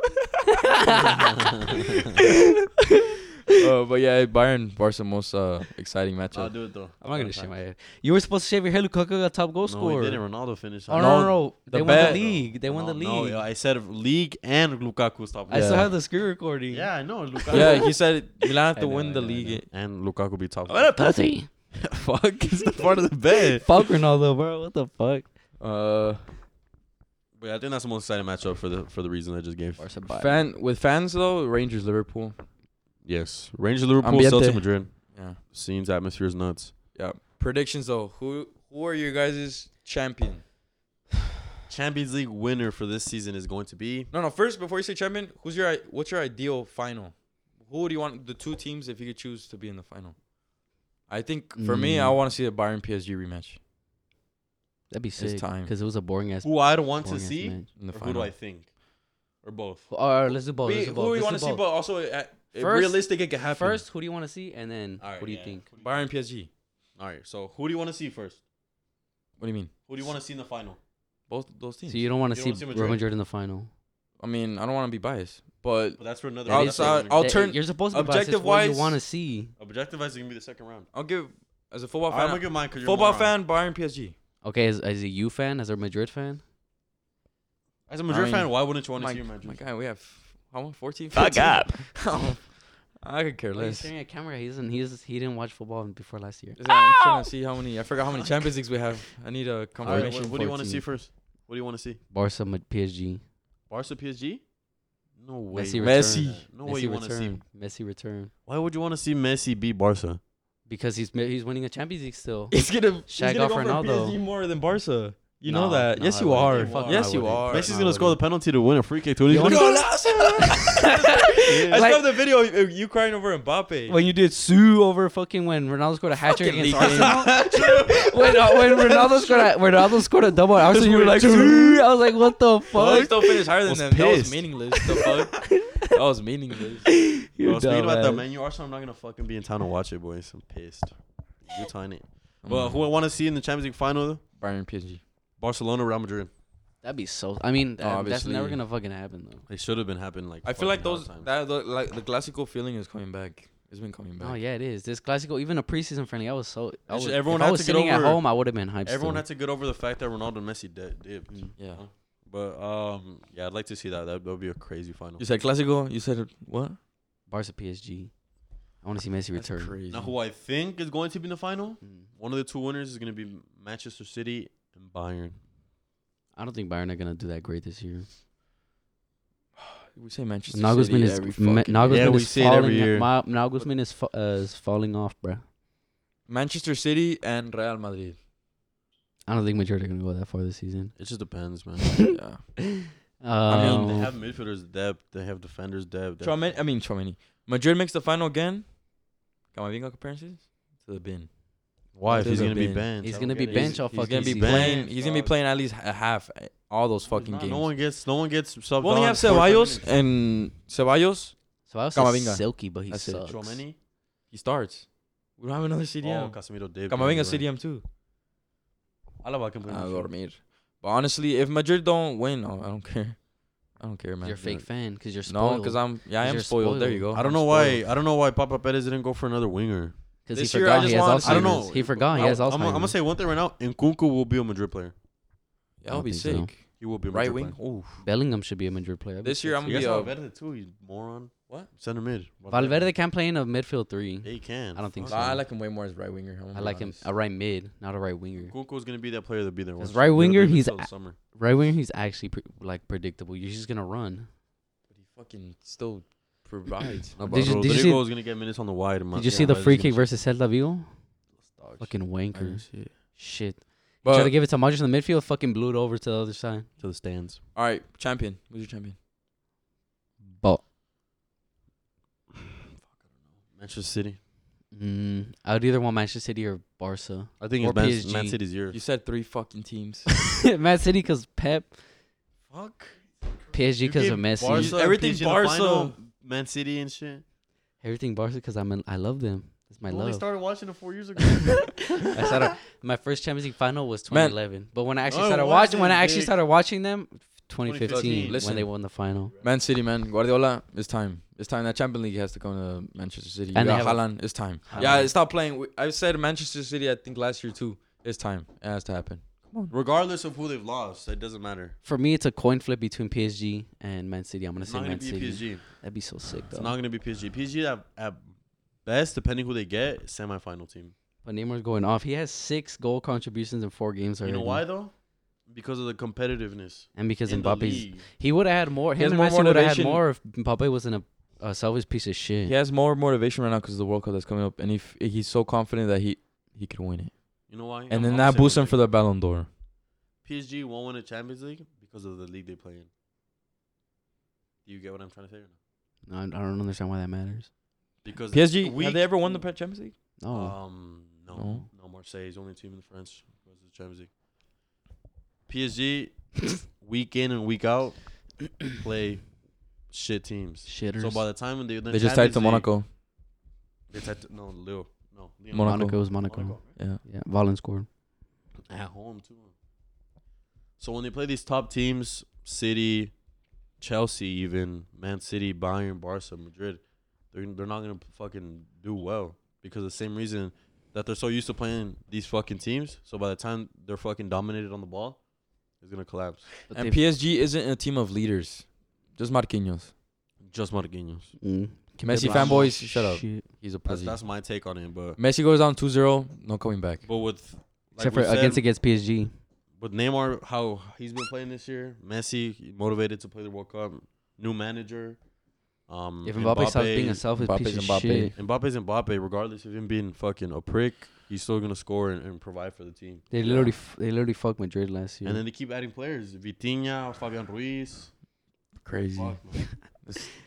S3: uh, but yeah, Bayern Barca most uh, exciting
S2: I'll
S3: matchup.
S2: do it though.
S1: I'm not gonna shave my head. You were supposed to shave your head. Lukaku got top goal
S2: No,
S1: scorer.
S2: he didn't. Ronaldo finished.
S1: Oh
S2: high.
S1: no, no,
S3: No,
S1: no.
S3: the
S1: They won the
S3: best-
S1: league. They won
S2: No,
S1: the
S2: no,
S1: league.
S2: I said league and Lukaku stopped.
S1: I still
S3: Yeah.
S1: have the screen recording.
S2: yeah, I know. Lukaku.
S3: yeah, he said Milan have
S1: I
S3: to
S1: know, I
S3: win the
S1: know, I know.
S3: league.
S2: and Lukaku be top.
S3: What
S1: Pussy.
S3: a fuck! It's the part of the bed.
S1: Fuck Ronaldo, bro. What the fuck?
S3: Uh,
S2: But I think that's the most exciting matchup for the for the reason I just gave.
S1: Barca Bayern.
S3: fan with fans though, Rangers Liverpool.
S2: Yes, Rangers, Liverpool,
S3: Ambiente.
S2: Celtic, Madrid.
S3: Yeah.
S2: Scenes, atmosphere is nuts.
S3: Predictions though. Who who are your guys' champion?
S2: Champions League winner for this season is going to be
S3: No, no. First, before you say champion, who's your i- what's your ideal final? Who do you want the two teams if you could choose to be in the final? I think for me, I
S1: Mm.
S3: want to see a Bayern PSG rematch
S1: That'd be sick.
S3: time.
S1: Because it was a boring ass.
S2: who I don't want to
S1: boring-ass
S2: see.
S1: match.
S3: in the
S2: Or
S3: final.
S2: who
S3: Oh,
S2: do I think? or both?
S1: All right, let's do both.
S2: We-
S1: let's do
S2: who
S1: both,
S2: we
S1: let's
S2: want
S1: do
S2: to see,
S1: both.
S2: but also uh, uh,
S1: First-
S2: realistic it could happen.
S1: First, who do you want to see, and then
S2: All right,
S1: what do you
S2: yeah.
S1: think?
S3: Bayern PSG.
S2: All right, so who do you want to see first?
S3: What do you mean?
S2: Who do you want to see in the final?
S3: Both those teams.
S1: So you don't want to
S2: You
S1: see
S2: don't wanna see
S1: Real Madrid
S2: Madrid.
S1: in the final.
S3: I mean, I don't want to be biased, but
S2: But that's for another.
S3: I'll-
S2: that's
S3: so
S2: another-
S3: I'll
S1: That-
S3: turn-
S1: You're supposed to be objective wise.
S3: objective-wise-
S1: You want to see.
S2: Objective-wise, it's gonna be the second round.
S3: I'll give as a football
S2: I'm
S3: fan.
S2: gonna give mine because you're a
S3: football
S2: moron.
S3: fan, Bayern PSG.
S1: Okay, as, as a U fan, as a Madrid fan,
S2: As a Madrid
S3: mean,
S2: fan, why wouldn't you want to
S3: my,
S2: see your Madrid?
S3: my guy, we have how long? 14?
S2: Fuck up.
S3: I could care
S1: Why are you
S3: less.
S1: staring at camera. He doesn't. He doesn't, he didn't watch football before last year.
S3: Is that- I'm trying to see how many. I forgot how many Champions Leagues we have. I need a
S2: All right,
S3: confirmation.
S2: what, what do you want to
S1: 14.
S2: see first? What do you want to see?
S1: Barca, Mad- PSG,
S2: Barca PSG? No way.
S1: Messi,
S2: you-
S1: return.
S3: Messi.
S2: No way
S1: Messi
S2: you want to see.
S1: return. Messi return
S2: Why would you want to see Messi beat Barca?
S1: because he's ma- he's winning a Champions League still.
S3: It's gonna
S1: Shag
S3: he's gonna
S1: off
S3: go for
S1: Ronaldo.
S3: PSG more than Barca. You
S1: No,
S3: know that.
S1: no, I
S3: yes, you
S1: wouldn't.
S3: are.
S1: Fuck, I
S3: yes, you
S1: wouldn't.
S3: are.
S2: Messi's
S1: no,
S2: gonna
S1: I
S2: score
S1: wouldn't.
S2: the penalty to win a free kick. Dude, he's
S1: The only-
S2: gonna-
S3: I just
S1: Like-
S3: love the video of you crying over Mbappe.
S1: When you did sue over fucking when Ronaldo scored a hat trick
S3: Fucking
S1: against
S3: leaking.
S1: Arsenal. when uh, when Ronaldo scored a, when Ronaldo scored a double, I was you were like, "Dude," I was like, what the
S3: Well,
S1: fuck?
S3: still finished higher than
S2: Was
S3: them. That was
S2: pissed.
S3: meaningless. The fuck? that was meaningless.
S1: You
S2: Bro, speaking about that,
S1: dumbass.
S2: man, you Arsenal, I'm not gonna fucking be in town to watch it, boys. I'm pissed. You tying it. Well, who I want to see in the Champions League final?
S3: Bayern PSG.
S2: Barcelona, Real Madrid.
S1: That'd be so. I mean, that- that's
S3: Obviously.
S1: never gonna fucking happen though.
S2: It should have been happening like.
S3: I feel like
S2: fucking
S3: those
S2: halftime.
S3: that the, like the classical feeling is coming back. It's been coming back.
S1: Oh yeah, it is. This classical, even a preseason friendly, I was so. I
S2: It's
S1: was,
S2: just everyone
S1: if I
S2: had
S1: was
S2: to get
S1: sitting at
S2: over-
S1: home, I would have been hyped.
S2: Everyone
S1: still.
S2: had to get over the fact that Ronaldo and Messi did. dipped.
S3: Yeah.
S2: But um, yeah, I'd like to see that. That would be a crazy final.
S3: You said classical. You said what?
S1: Barca PSG. I want to see Messi
S3: That's
S1: return.
S3: crazy.
S2: Now, who I think is going to be in the final?
S1: Mm.
S2: One of the two winners is going to be Manchester City and Bayern.
S1: I don't think Bayern are gonna do that great this year.
S3: we say Manchester
S1: Nagelsmann
S3: City
S1: is
S3: every
S1: Ma-
S3: fucking
S1: Nagelsmann
S3: year.
S2: Yeah, we
S1: is
S2: see it every
S1: falling.
S2: year.
S1: Ma- Nagelsmann is, fa- uh, is falling off, bro.
S3: Manchester City and Real Madrid.
S1: I don't think Madrid are gonna go that far this season.
S2: It just depends, man.
S1: Hmm.
S3: yeah.
S1: Um,
S2: I mean, they have midfielders depth. They have defenders depth. They-
S3: Chouameni, I mean Chouameni. Madrid makes the final again. Camavinga comparisons to the bin.
S2: Why? If
S3: They've
S2: he's going to be
S3: been-
S2: benched.
S1: he's
S2: I
S1: gonna
S2: don't
S1: be
S2: get it.
S1: benched all
S2: He's
S1: fucking
S3: Gonna be
S1: season.
S3: playing. He's gonna be
S2: dog.
S3: playing at least a half at all those fucking
S2: Not-
S3: games.
S2: No one gets. No one gets. subbed
S3: we only
S2: on
S3: have
S2: for 40 minutes.
S3: Ceballos and Ceballos.
S1: so I was
S3: Camavinga.
S1: silky, but he
S3: That's it.
S1: sucks.
S2: Chouameni.
S3: He starts. We don't have another
S2: Oh,
S3: CDM.
S2: Casemiro Ah, did.
S3: Camavinga CDM too.
S2: Alaba can play.
S3: A
S2: midfield.
S3: dormir. But honestly, if Madrid don't win, oh, I don't care. I don't care, man.
S1: You're a fake fan because you're
S3: No,
S1: spoiled.
S3: because I'm yeah, I
S1: Because
S3: am
S1: you're
S3: spoiled. There you go.
S2: I don't
S3: I'm
S2: know
S3: spoiled.
S2: why. I don't know why Papa Perez didn't go for another winger.
S1: Because he
S3: This year,
S1: forgot
S3: I just
S1: he has
S3: want-
S1: Alzheimer's.
S2: I don't know.
S1: He forgot he
S2: I-
S1: has Alzheimer's.
S2: I'm, I'm gonna say one thing right now. Nkunku will be a Madrid player.
S3: Yeah,
S1: I
S3: I'll
S1: don't
S3: be sick.
S1: think
S2: He will be a Madrid
S3: Right wing. Ooh.
S1: Bellingham should be a Madrid player.
S3: This year I'm
S2: Player.
S3: gonna be
S2: You guys
S3: a
S2: have Valverde too. You moron.
S3: What?
S2: Center mid.
S1: Valverde can't play in a midfield three.
S2: He can.
S1: I don't think
S3: Nah, I
S1: so.
S3: like him way more as right winger. I'm
S1: I
S3: gonna
S1: like
S3: be
S1: him
S3: honest.
S1: a right mid, not a right winger.
S2: Nkunku's gonna be that player to be there.
S1: As
S2: once.
S1: right
S2: He'll be
S1: winger,
S2: there
S1: he's
S2: until
S1: a-
S2: summer.
S1: Right winger, he's actually pre- like predictable. You're just gonna run.
S3: But he fucking still provides.
S1: No,
S2: Nah,
S1: Did
S2: but
S1: you- did you see-
S2: Rodrigo is gonna get minutes on the wide. in my-
S1: Did you
S2: yeah,
S1: see the
S2: but
S1: free
S2: he's
S1: kick
S2: gonna-
S1: versus Celta Vigo?
S2: Dog shit.
S1: Fucking
S3: I didn't
S1: wanker.
S3: see it.
S1: Shit. Try to
S3: But
S1: give it to Modric in the midfield. Fucking blew it over to the other side.
S2: to the stands.
S3: all right, champion. Who's your champion?
S1: But
S2: Manchester City.
S1: mm, I would either want Manchester City or Barca.
S2: I think
S1: Or
S2: it's Man,
S1: PSG.
S2: Man City's year.
S3: You said three fucking teams.
S1: Man City because Pep.
S2: Fuck.
S1: PSG
S2: You
S1: because of
S2: gave
S1: Messi.
S2: Barca and
S3: Everything
S2: PSG in the
S3: Barca.
S2: final, Man City and shit.
S1: Everything Barca because I'm in, I love them. It's my
S2: You only
S1: love.
S2: started watching it four years ago.
S1: I started my first Champions League final was
S3: Man.
S1: 2011, but when I actually
S2: No, it
S1: started watching, when I
S2: wasn't,
S1: actually
S2: Nick.
S1: started watching them, 2015 when
S3: Listen.
S1: they won the final.
S3: Man City, man. Guardiola, it's time. It's time. That Champions League has to come to Manchester City. You
S1: And they
S3: got
S1: have a-
S3: Haaland. It's time.
S1: Haaland.
S3: Yeah, stop playing. We- I said Manchester City, I think last year too. It's time. It has to happen.
S2: Regardless of who they've lost, it doesn't matter.
S1: For me, it's a coin flip between PSG and Man City. I'm gonna
S2: It's
S1: say
S2: not gonna
S1: Man
S2: be
S1: City.
S2: PSG.
S1: That'd be so sick though.
S2: It's not gonna be PSG. PSG at, at best, depending who they get, semifinal team.
S1: but Neymar's going off. He has six goal contributions in four games
S2: You
S1: already.
S2: know why though? Because of the competitiveness.
S1: And because
S2: in the
S1: Mbappe's,
S2: league.
S1: he would have had more.
S3: He
S1: Him
S3: has
S1: and
S3: more
S1: Messi would have had
S3: motivation.
S1: more if Mbappe wasn't a, a selfish piece of shit.
S3: He has more motivation right now because of the World Cup that's coming up, and he f- he's so confident that he he could win it.
S2: You know why?
S3: And then that boosts him for the Ballon d'Or.
S2: PSG won't win a Champions League because of the league they play in. Do you get what I'm trying to say? Or
S1: No,
S2: no?
S1: I, I don't understand why that matters.
S2: Because
S3: PSG,
S2: we
S3: have they ever won the Champions League?
S1: No.
S2: Um, no,
S3: No.
S2: no, Marseille is the only team in France was the Champions League. PSG, week in and week out, play shit teams.
S1: Shitters.
S2: So by the time when they
S3: They just tied to Monaco.
S2: They tied to, no Leo. No Lyon.
S3: Monaco.
S1: Monaco is Monaco.
S3: Yeah.
S1: Yeah, Valen scored.
S2: at home too. So when they play these top teams, City, Chelsea, even Man City, Bayern, Barca, Madrid, they're they're not gonna fucking do well because of the same reason that they're so used to playing these fucking teams. So by the time they're fucking dominated on the ball, it's gonna collapse.
S1: But
S3: And
S1: they-
S3: PSG isn't a team of leaders. Just Marquinhos.
S2: Just Marquinhos.
S1: Mm.
S3: Messi
S1: Ramos.
S3: fanboys, shut up.
S1: Shit.
S3: He's a
S2: That's
S3: pussy.
S2: that's my take on it. But
S3: Messi goes down 2-0, no coming back.
S2: but with like
S1: Except
S2: we
S1: for against
S2: said,
S1: against PSG.
S2: with Neymar, how he's been playing this year, Messi motivated to play the World Cup, new manager. Um,
S1: If Mbappe stops being a
S2: Mbappe-
S1: selfish
S3: Mbappe's
S1: piece of
S3: Mbappe.
S1: shit,
S2: Mbappe's Mbappe, regardless of him being fucking a prick, he's still gonna score and, and provide for the team.
S1: they literally f- they literally fucked Madrid last year.
S2: And then they keep adding players: Vitinha, Fabian Ruiz,
S3: Crazy.
S2: fuck, man.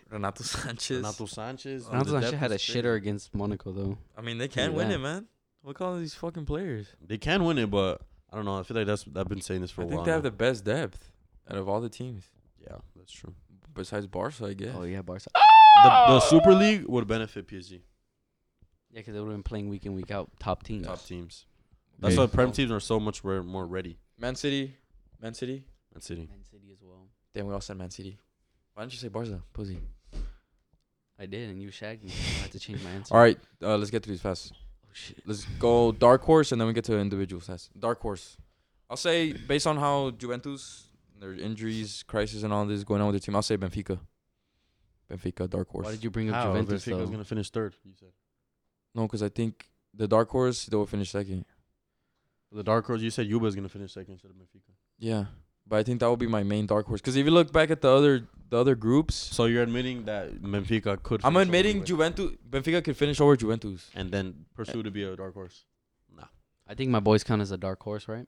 S3: Renato Sanchez.
S2: Renato Sanchez.
S3: Renato
S1: Ronaldo
S2: The
S1: actually
S2: depth
S1: had a
S2: is crazy.
S1: shitter against Monaco though.
S3: I mean, they
S1: can't win it,
S3: man. Look at all these fucking players.
S2: They can win it, but I don't know. I feel like that's I've been saying this for a
S3: I think
S2: while.
S3: they have
S2: now.
S3: the best depth out of all the teams,
S2: yeah, that's true.
S3: besides Barca, I guess.
S1: Oh yeah, Barca.
S2: The, the Super League would benefit PSG
S1: Yeah, because they would have been playing week in week out top teams.
S2: top teams. That's why prem teams are so much re- more ready.
S3: Man City, Man City.
S2: Man City.
S1: Man City as well.
S3: Then we all said Man City. Why didn't you say Barca, pussy?
S1: I did, and you shagged me. so I had to change my answer.
S3: All right, uh, let's get to these fast.
S1: Oh, shit.
S3: Let's go dark horse, and then we get to individual fast. Dark horse. I'll say based on how Juventus, their injuries, crisis, and all this going on with their team, I'll say Benfica. Benfica, dark horse.
S1: Why did you bring up Juventus
S2: Benfica was
S1: though?
S2: gonna finish third. You said
S3: No, because I think the dark horse they will finish second.
S2: the dark horse. You said Yuba is gonna finish second instead of Benfica.
S3: Yeah, but I think that would be my main dark horse. Because if you look back at the other the other groups,
S2: So you're admitting that Benfica could.
S3: I'm
S2: finish over
S3: admitting
S2: Juve.
S3: Juventus, Benfica could finish over Juventus.
S2: and then pursue to be a dark horse.
S1: I think my boys count as a dark horse, right?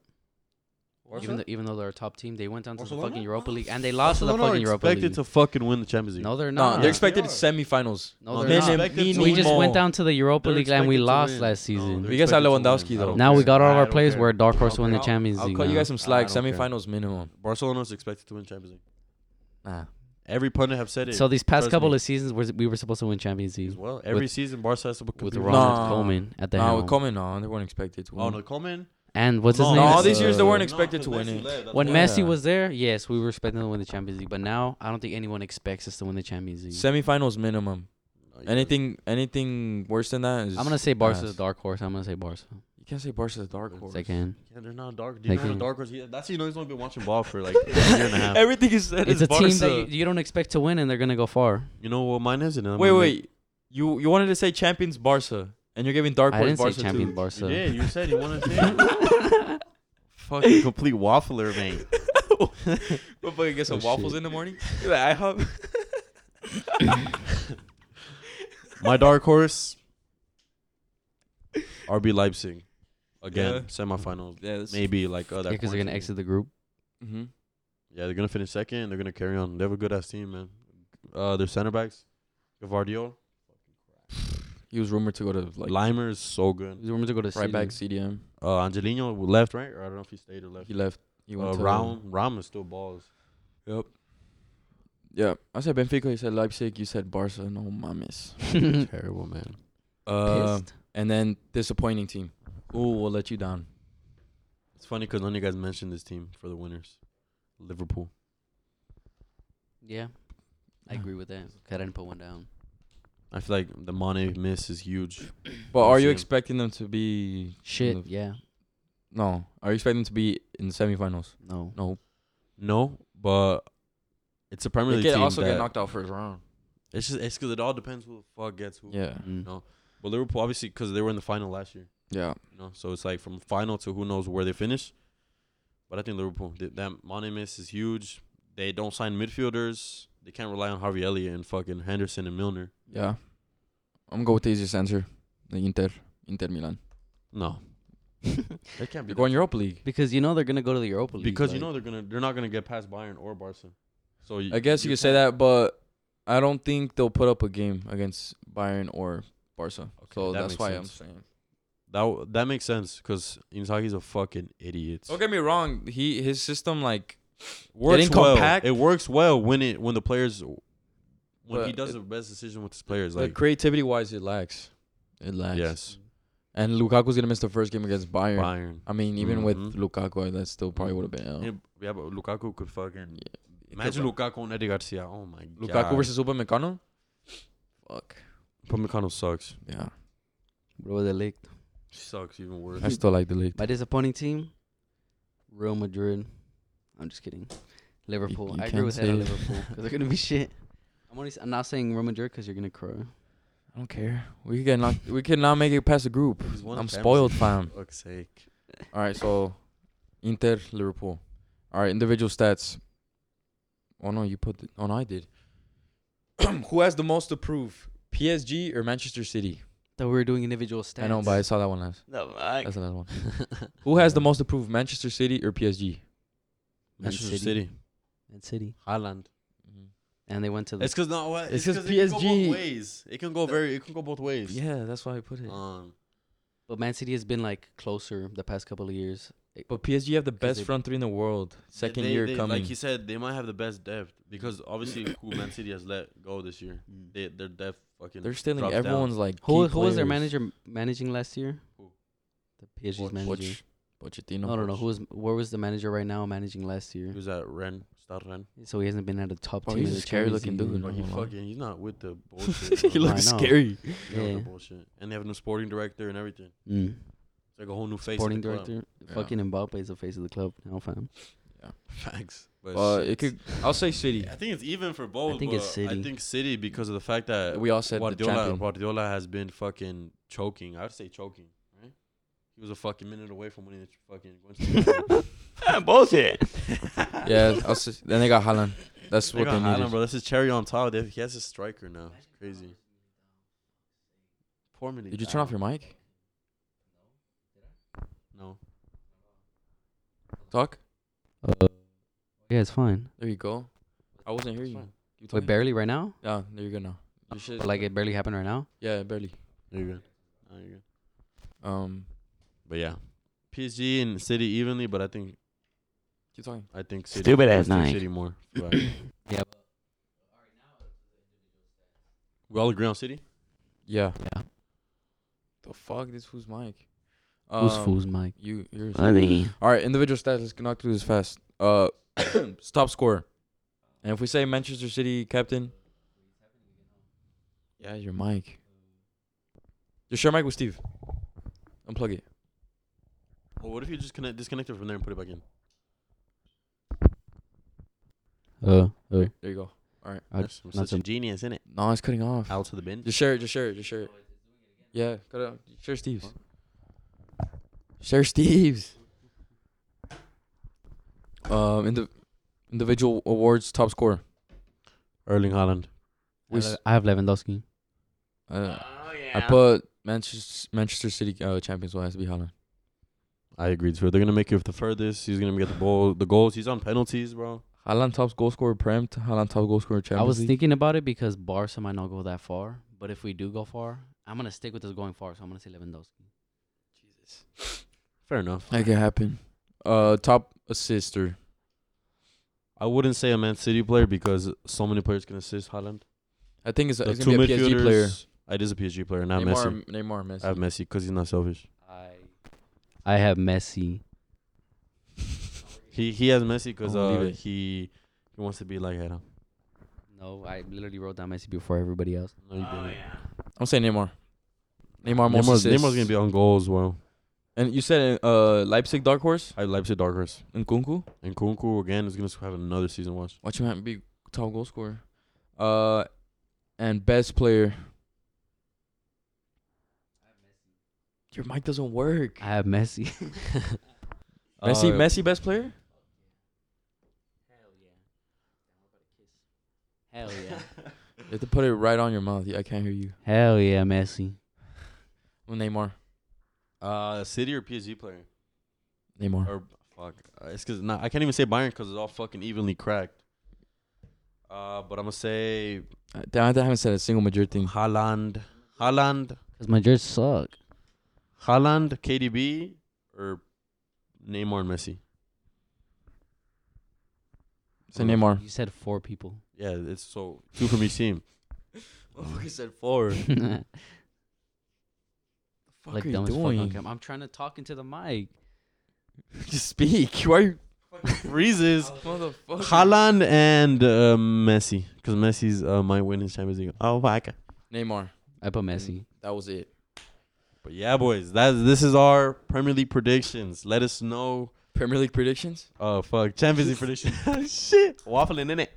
S2: Barca?
S1: Even though, even though they're a top team, they went down to the
S2: Barcelona?
S1: fucking Europa
S3: Ah.
S1: League and they lost to the
S2: Barcelona
S1: fucking
S2: are
S1: Europa
S2: expected
S1: League.
S2: to fucking win the Champions League.
S1: no, they're
S3: No,
S1: not.
S3: they're
S2: expect-
S3: expected
S2: They are.
S3: semifinals.
S1: no,
S2: no,
S1: they're
S2: they're
S1: not.
S2: expected to
S1: We
S2: win.
S1: just went down to the Europa
S2: They're
S1: League and we
S2: expected to
S1: lost
S2: win.
S1: last
S2: No,
S1: season.
S2: they're
S3: We guys had
S2: expected to
S3: Lewandowski,
S2: win. I
S3: though.
S2: don't
S1: now we
S2: care.
S1: got all
S2: I
S1: our
S2: don't
S1: players.
S2: care.
S1: We're a dark
S2: I
S1: horse to
S2: don't
S1: win the
S2: care.
S1: Champions
S3: I'll
S1: League.
S3: cut you
S1: now.
S3: guys some slack.
S2: Ah, I don't care.
S3: Semifinals minimum.
S2: Barcelona's expected to win Champions League.
S3: Nah.
S2: Every pundit have said it.
S1: So these past
S2: Trust
S1: couple
S2: me.
S1: of seasons, we're, we were supposed to win Champions
S2: as
S1: League
S2: well. Every
S1: with-
S2: season, Barca has to compete
S1: with
S2: with-
S1: Ronald
S3: No.
S1: Coleman at the
S3: Nah,
S1: helm.
S3: with Coleman, no, they weren't expected to.
S2: Oh
S3: Win.
S2: no, Coleman.
S1: and what's his
S3: No,
S1: name?
S3: all these
S1: Uh,
S3: years they weren't
S2: No,
S3: expected to
S2: 'cause
S3: win
S2: Messi
S3: it.
S2: left, that's
S1: When
S2: why.
S3: Yeah.
S1: Messi was there, yes, we were expecting to win the Champions League. But now, I don't think anyone expects us to win the Champions League.
S3: Semifinals minimum.
S2: No, you-
S3: Anything, anything worse than that is.
S1: I'm gonna say Barca's
S3: ass.
S1: a dark horse. I'm gonna say Barca.
S3: You can't say Barca's a dark horse.
S1: Second,
S2: Yeah, they're not dark. Do you
S1: Like,
S2: know the
S1: uh,
S2: dark horse? He, that's you know he's only been watching ball for like a year and a half.
S3: Everything is said
S1: it's
S3: is
S1: a team that
S3: Barca.
S1: you, you don't expect to win, and they're gonna go far.
S2: You know what mine is? And I'm
S3: wait,
S2: gonna-
S3: wait. You you wanted to say champions Barca, and you're giving dark
S1: I
S3: horse
S1: didn't
S3: Barca
S1: say
S3: too.
S1: champion
S2: You
S1: Barca.
S2: did. You said you wanted to. Fucking complete waffler, man.
S3: What fucking get some
S1: Oh, shit.
S3: waffles in the morning? You're like, IHOP.
S2: My dark horse. RB Leipzig. Again,
S3: Yeah.
S2: semifinals.
S3: Yeah, that's
S2: Maybe like oh, that.
S1: Yeah, because they're gonna
S2: quarantine.
S1: exit the group.
S3: Mm-hmm.
S2: Yeah, they're gonna finish second. They're gonna carry on. They have a good ass team, man. Uh, their center backs, Gavardio,
S3: He was rumored to go to like
S2: Limer is so good.
S1: We're to go to
S3: right
S1: Sweden.
S3: back CDM.
S2: Uh, Angelino left, right, or I don't know if he stayed or left.
S3: He left. He went
S2: Uh,
S3: to
S2: Raum, Raum is still balls.
S3: Yep. Yeah, I said Benfica. You said Leipzig. You said Barca. No mames.
S2: Terrible, man.
S3: Uh,
S1: Pissed.
S3: and then disappointing team. Ooh, we'll let you down.
S2: It's funny because none of you guys mentioned this team for the winners. Liverpool.
S1: yeah, I
S3: Yeah.
S1: agree with that. 'Cause I didn't put one down.
S2: I feel like the Mane miss is huge.
S3: But are you
S2: Same.
S3: expecting them to be
S1: Shit.
S3: Liv-
S1: Yeah.
S3: No. Are you expecting them to be in the semifinals?
S1: No.
S3: No.
S2: No, but it's a Premier
S3: They
S2: League
S3: could
S2: team.
S3: also
S2: that-
S3: get knocked out first round.
S2: It's just it's because it all depends who the fuck gets who.
S3: Yeah.
S1: Mm.
S2: No. But Liverpool obviously because they were in the final last year.
S3: Yeah.
S2: You know, so it's like from final to who knows where they finish. But I think Liverpool th- that Mane miss is huge. They don't sign midfielders. They can't rely on Harvey Elliott and fucking Henderson and Milner.
S3: Yeah. I'm gonna go with the easiest answer. The Inter. Inter Milan.
S2: No, they can't
S3: You're
S2: be
S3: going Europa League.
S1: because you know they're gonna go to the Europa League.
S2: because you
S1: like-
S2: know they're gonna they're not gonna get past Bayern or Barca. So y-
S3: I guess you, could say
S2: can't-
S3: that, but I don't think they'll put up a game against Bayern or Barca. so
S2: that
S3: that's
S2: makes
S3: why
S2: sense.
S3: I'm saying.
S2: that w- that makes sense because Inzaghi's a fucking idiot.
S3: Don't get me wrong. He his system like
S2: works
S3: didn't
S2: well.
S3: compact-
S2: It works well when it when the players when he
S3: But
S2: does
S3: it-
S2: the best decision with his players,
S3: Like
S2: like
S3: creativity wise, it lacks. It lacks.
S2: yes,
S3: And Lukaku's gonna miss the first game against Bayern.
S2: Bayern.
S3: I mean, even
S2: Mhm.
S3: with Lukaku, uh, that still probably would have been. out.
S2: Yeah, yeah, but Lukaku could fucking
S3: Yeah.
S2: imagine Lukaku and Eddie Garcia. Oh my
S3: Lukaku
S2: god,
S3: versus Upamecano. Fuck.
S2: Pamecano sucks.
S3: Yeah,
S1: Bro, they leaked.
S2: Sucks even worse.
S3: I still like the league.
S1: My disappointing team, Real Madrid. I'm just kidding. Liverpool.
S3: you
S1: I agree with
S3: can't
S1: Ed on
S3: say-
S1: Liverpool because they're gonna be shit. I'm only. s- I'm not saying Real Madrid because you're gonna cry.
S3: I don't care. We could get knocked. we could not make it past the group.
S2: He's won
S3: I'm
S2: Champions
S3: spoiled,
S2: League.
S3: fam.
S2: Fuck's sake.
S3: All right, so Inter, Liverpool. All right, individual stats. Oh no, you put. The, oh no, I did. Who has the most to prove? PSG or Manchester City?
S1: That we were doing individual stats.
S3: I know, but I saw that one last.
S2: No, I,
S3: That's another one. Who has the most to prove? Manchester City or PSG?
S2: Manchester
S1: Man
S2: City.
S1: City. Man City,
S2: Haaland. Mm-hmm.
S1: and they went to the.
S2: It's because not what
S3: It's 'cause
S2: It can go
S3: PSG
S2: both ways. It can go very. It can go both ways.
S3: Yeah, that's why I put it.
S2: Um,
S1: but Man City has been like closer the past couple of years.
S3: But PSG have the best
S1: they-
S3: front three in the world. Second
S2: they-
S3: year
S2: they-
S3: coming.
S2: Like he said, they might have the best depth because obviously who Man City has let go this year. They their depth fucking.
S3: They're stealing
S2: drops down.
S3: everyone's like.
S1: Who
S3: key
S1: who was their
S3: players.
S1: manager m- managing last year?
S2: Who?
S1: The PSG's
S2: Poch.
S1: manager.
S3: Poch- Pochettino.
S1: No, no, no. Who was where was the manager right now managing last year?
S2: He was at Ren, Start Ren.
S1: So he hasn't been at a top
S3: Oh,
S1: team.
S3: he's
S1: in
S3: a
S1: the
S3: scary
S1: Champions
S3: looking
S1: League.
S3: dude.
S2: Bro, he
S3: no, no.
S2: fucking. He's not with the bullshit. bro.
S3: he looks
S1: I know.
S3: scary.
S2: He's not with the
S1: Yeah.
S2: bullshit. And they have a new sporting director and everything.
S1: Mm.
S2: It's like a whole new face.
S1: Sporting
S2: at the club.
S1: director.
S3: Yeah.
S1: Fucking Mbappe is the face of the club now, fam.
S2: Facts. But
S3: Uh,
S2: shit.
S3: it could. I'll say City.
S2: I think it's even for both. I
S1: think
S2: think
S1: it's
S2: it's
S1: City.
S2: I think City because of the fact that
S3: We all said the
S2: Guardiola,
S3: champion.
S2: Guardiola has been fucking choking. I'd say choking. Right? He was a fucking minute away from winning the tr- fucking. going to the Champions League.
S1: Bullshit.
S3: Yeah, I'll say, then they got Haaland. That's
S2: they
S3: what they
S2: got Haaland,
S3: needed.
S2: bro. This is cherry on top. They, he has a striker now. It's crazy. Poor Militao.
S3: Did you turn off your mic?
S2: No.
S3: Talk.
S1: Uh, yeah, it's fine.
S3: There you go. I wasn't hearing you.
S2: fine.
S3: Keep
S1: Wait,
S3: talking.
S1: barely right now?
S3: Yeah, there you go now. Your shit-
S1: But like it barely happened right now?
S3: yeah, barely.
S2: There you go. No, you're good.
S3: Um,
S2: But yeah, PSG and City evenly, but I think
S3: keep talking.
S2: I think City.
S1: Stupid
S2: I
S1: ass
S2: think
S1: nine.
S2: City more. Right.
S1: Yeah.
S2: We all agree on City.
S3: Yeah.
S1: Yeah.
S3: The fuck? This who's mic?
S1: Who's
S3: Um,
S1: fool's Mike?
S3: You. Yours.
S1: Funny.
S3: All right, individual stats. Let's knock through this fast. Uh, top scorer. And if we say Manchester City captain. Yeah, your mic. Just share mic with Steve. Unplug it.
S2: Well, what if you just connect, disconnect it from there and put it back in?
S1: Uh, uh,
S3: There you go.
S1: I-
S2: That's some-
S1: not
S2: such a genius, isn't it?
S3: No, it's cutting off.
S2: Out to the bin.
S3: Just share it. Just share it. Just share it. Yeah, cut it out. Share Steve's. Share Steve's. Um, indi- individual awards top scorer.
S2: Erling Haaland.
S1: I
S3: We
S1: have- I have Lewandowski.
S3: Uh, I put Manchester Manchester City uh, champions. Will has to be Haaland.
S2: I agree too. They're gonna make it the furthest. He's gonna get the ball, the goals. He's on penalties, bro.
S3: Haaland top goal scorer Prem. t- Haaland top goal scorer Champions
S1: I was
S3: League.
S1: thinking about it because Barca might not go that far, but if we do go far, I'm gonna stick with this going far, so I'm gonna say Lewandowski.
S2: Fair enough.
S3: that could happen. Uh, top assister.
S2: I wouldn't say a Man City player because so many players can assist Haaland.
S3: I think it's,
S2: The
S3: it's
S2: two
S3: gonna be a PSG player.
S2: midfielders. Uh, It is a PSG player, not Messi.
S3: Neymar, Neymar, Messi.
S2: I have Messi because he's not selfish.
S1: I I have Messi.
S2: He he has Messi because
S3: I'll
S2: uh,
S3: leave it.
S2: he he wants to be like Adam.
S1: No, I literally wrote down Messi before everybody else.
S2: No, you didn't.
S3: I'm saying Neymar. Neymar most
S2: Neymar's,
S3: Oh, assists.
S2: Neymar's gonna be on goal as well.
S3: And you said uh Leipzig dark horse
S2: I Leipzig dark horse.
S3: and Kunku.
S2: And Kunku again is gonna have another season watch.
S3: Watch him have- be top goal scorer. Uh, and best player. Your mic doesn't work.
S1: I Oh, have Messi.
S3: Messi,
S2: Uh,
S3: Messi, best player.
S1: Hell yeah.
S3: You have to put it right on your mouth. Yeah, I can't hear you.
S1: Hell yeah, Messi.
S3: Well, Neymar.
S2: Uh, City or PSG player?
S3: Neymar.
S2: Or fuck, uh, it's cause nah, I can't even say Bayern because it's all fucking evenly cracked. Uh, but I'm gonna say
S3: I, I haven't said a single Madrid thing.
S2: Haaland, Haaland,
S1: Because Madrid suck.
S2: Haaland, KDB, or Neymar and Messi.
S3: Say Neymar.
S1: You said four people.
S2: Yeah, it's so two from each team.
S3: Motherfucker said four. Fuck
S1: like
S3: are you
S1: dumb as fuck on
S3: doing?
S1: cam. I'm trying to talk into the mic.
S3: Just speak. Why are you
S2: Freezes.
S3: motherfucker?
S2: Haaland and uh, Messi, because Messi's uh, might win his Champions League. Oh my god!
S3: Neymar.
S1: I put
S3: And
S1: Messi.
S3: That was it.
S2: But yeah, boys, that's this is our Premier League predictions. Let us know.
S3: Premier League predictions.
S2: Oh fuck, Champions League predictions. Shit, waffling in it.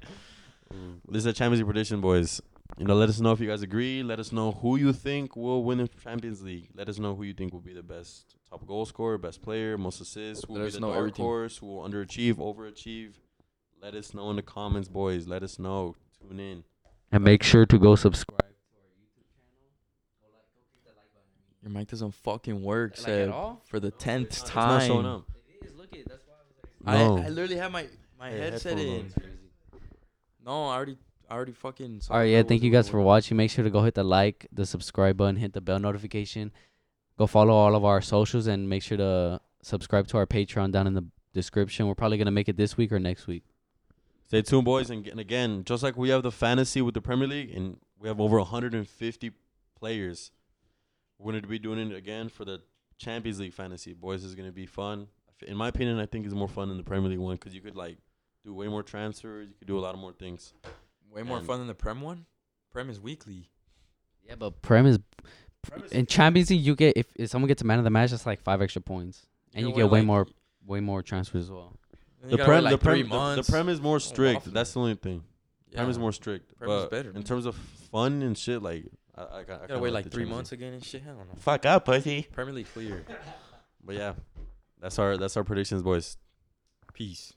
S2: This is a Champions League prediction, boys. You know, let us know if you guys agree. Let us know who you think will win the Champions League. Let us know who you think will be the best top goal scorer, best player, most assists. Who will
S3: Let
S2: be
S3: us
S2: the
S3: know
S2: dark
S3: everything.
S2: horse? Who will underachieve, overachieve? Let us know in the comments, boys. Let us know. Tune in.
S1: And make sure to go subscribe.
S3: Your mic doesn't fucking work,
S1: Like at
S3: Seb.
S1: all?
S3: for the tenth
S2: It's
S3: time.
S2: not showing up.
S1: It is. Look at it. That's why I was like.
S3: I,
S2: No.
S3: I literally have my my
S2: Hey,
S3: headset
S2: headphone
S3: in. No, I already I already fucking. saw
S1: All right,
S3: that
S1: yeah.
S3: was
S1: Thank you
S3: gonna
S1: guys for
S3: work.
S1: watching. Make sure to go hit the like, the subscribe button, hit the bell notification. Go follow all of our socials and make sure to subscribe to our Patreon down in the description. We're probably gonna make it this week or next week.
S2: Stay tuned, boys. And, and again, just like we have the fantasy with the Premier League, and we have over 150 players, we're going to be doing it again for the Champions League fantasy. Boys, this is going to be fun. In my opinion, I think it's more fun than the Premier League one because you could like do way more transfers. You could do a lot of more things.
S3: Way more
S2: And-
S3: fun than the Prem one. Prem is weekly.
S1: Yeah, but Prem is in Champions League. You get if, if someone gets a man of the match, that's like five extra points, and you
S3: gotta
S1: get way
S3: wait, like-
S1: more, way more transfers as well.
S3: and you
S2: The
S3: gotta wait,
S2: prem,
S3: like,
S2: the,
S3: three
S2: prem, the, the
S3: months.
S2: prem is more strict.
S3: waffle.
S2: That's the only thing. Prem is
S3: Yeah.
S2: more strict.
S3: Prem is
S2: but
S3: better,
S2: in
S3: man.
S2: terms of fun and shit, like I, I, I
S3: You
S2: kinda
S3: gotta wait
S2: like
S3: like
S2: the
S3: three
S2: Champions League.
S3: months again and shit. I don't know.
S2: Fuck up, pussy.
S3: Premier League clear.
S2: But yeah, that's our that's our predictions, boys.
S3: Peace.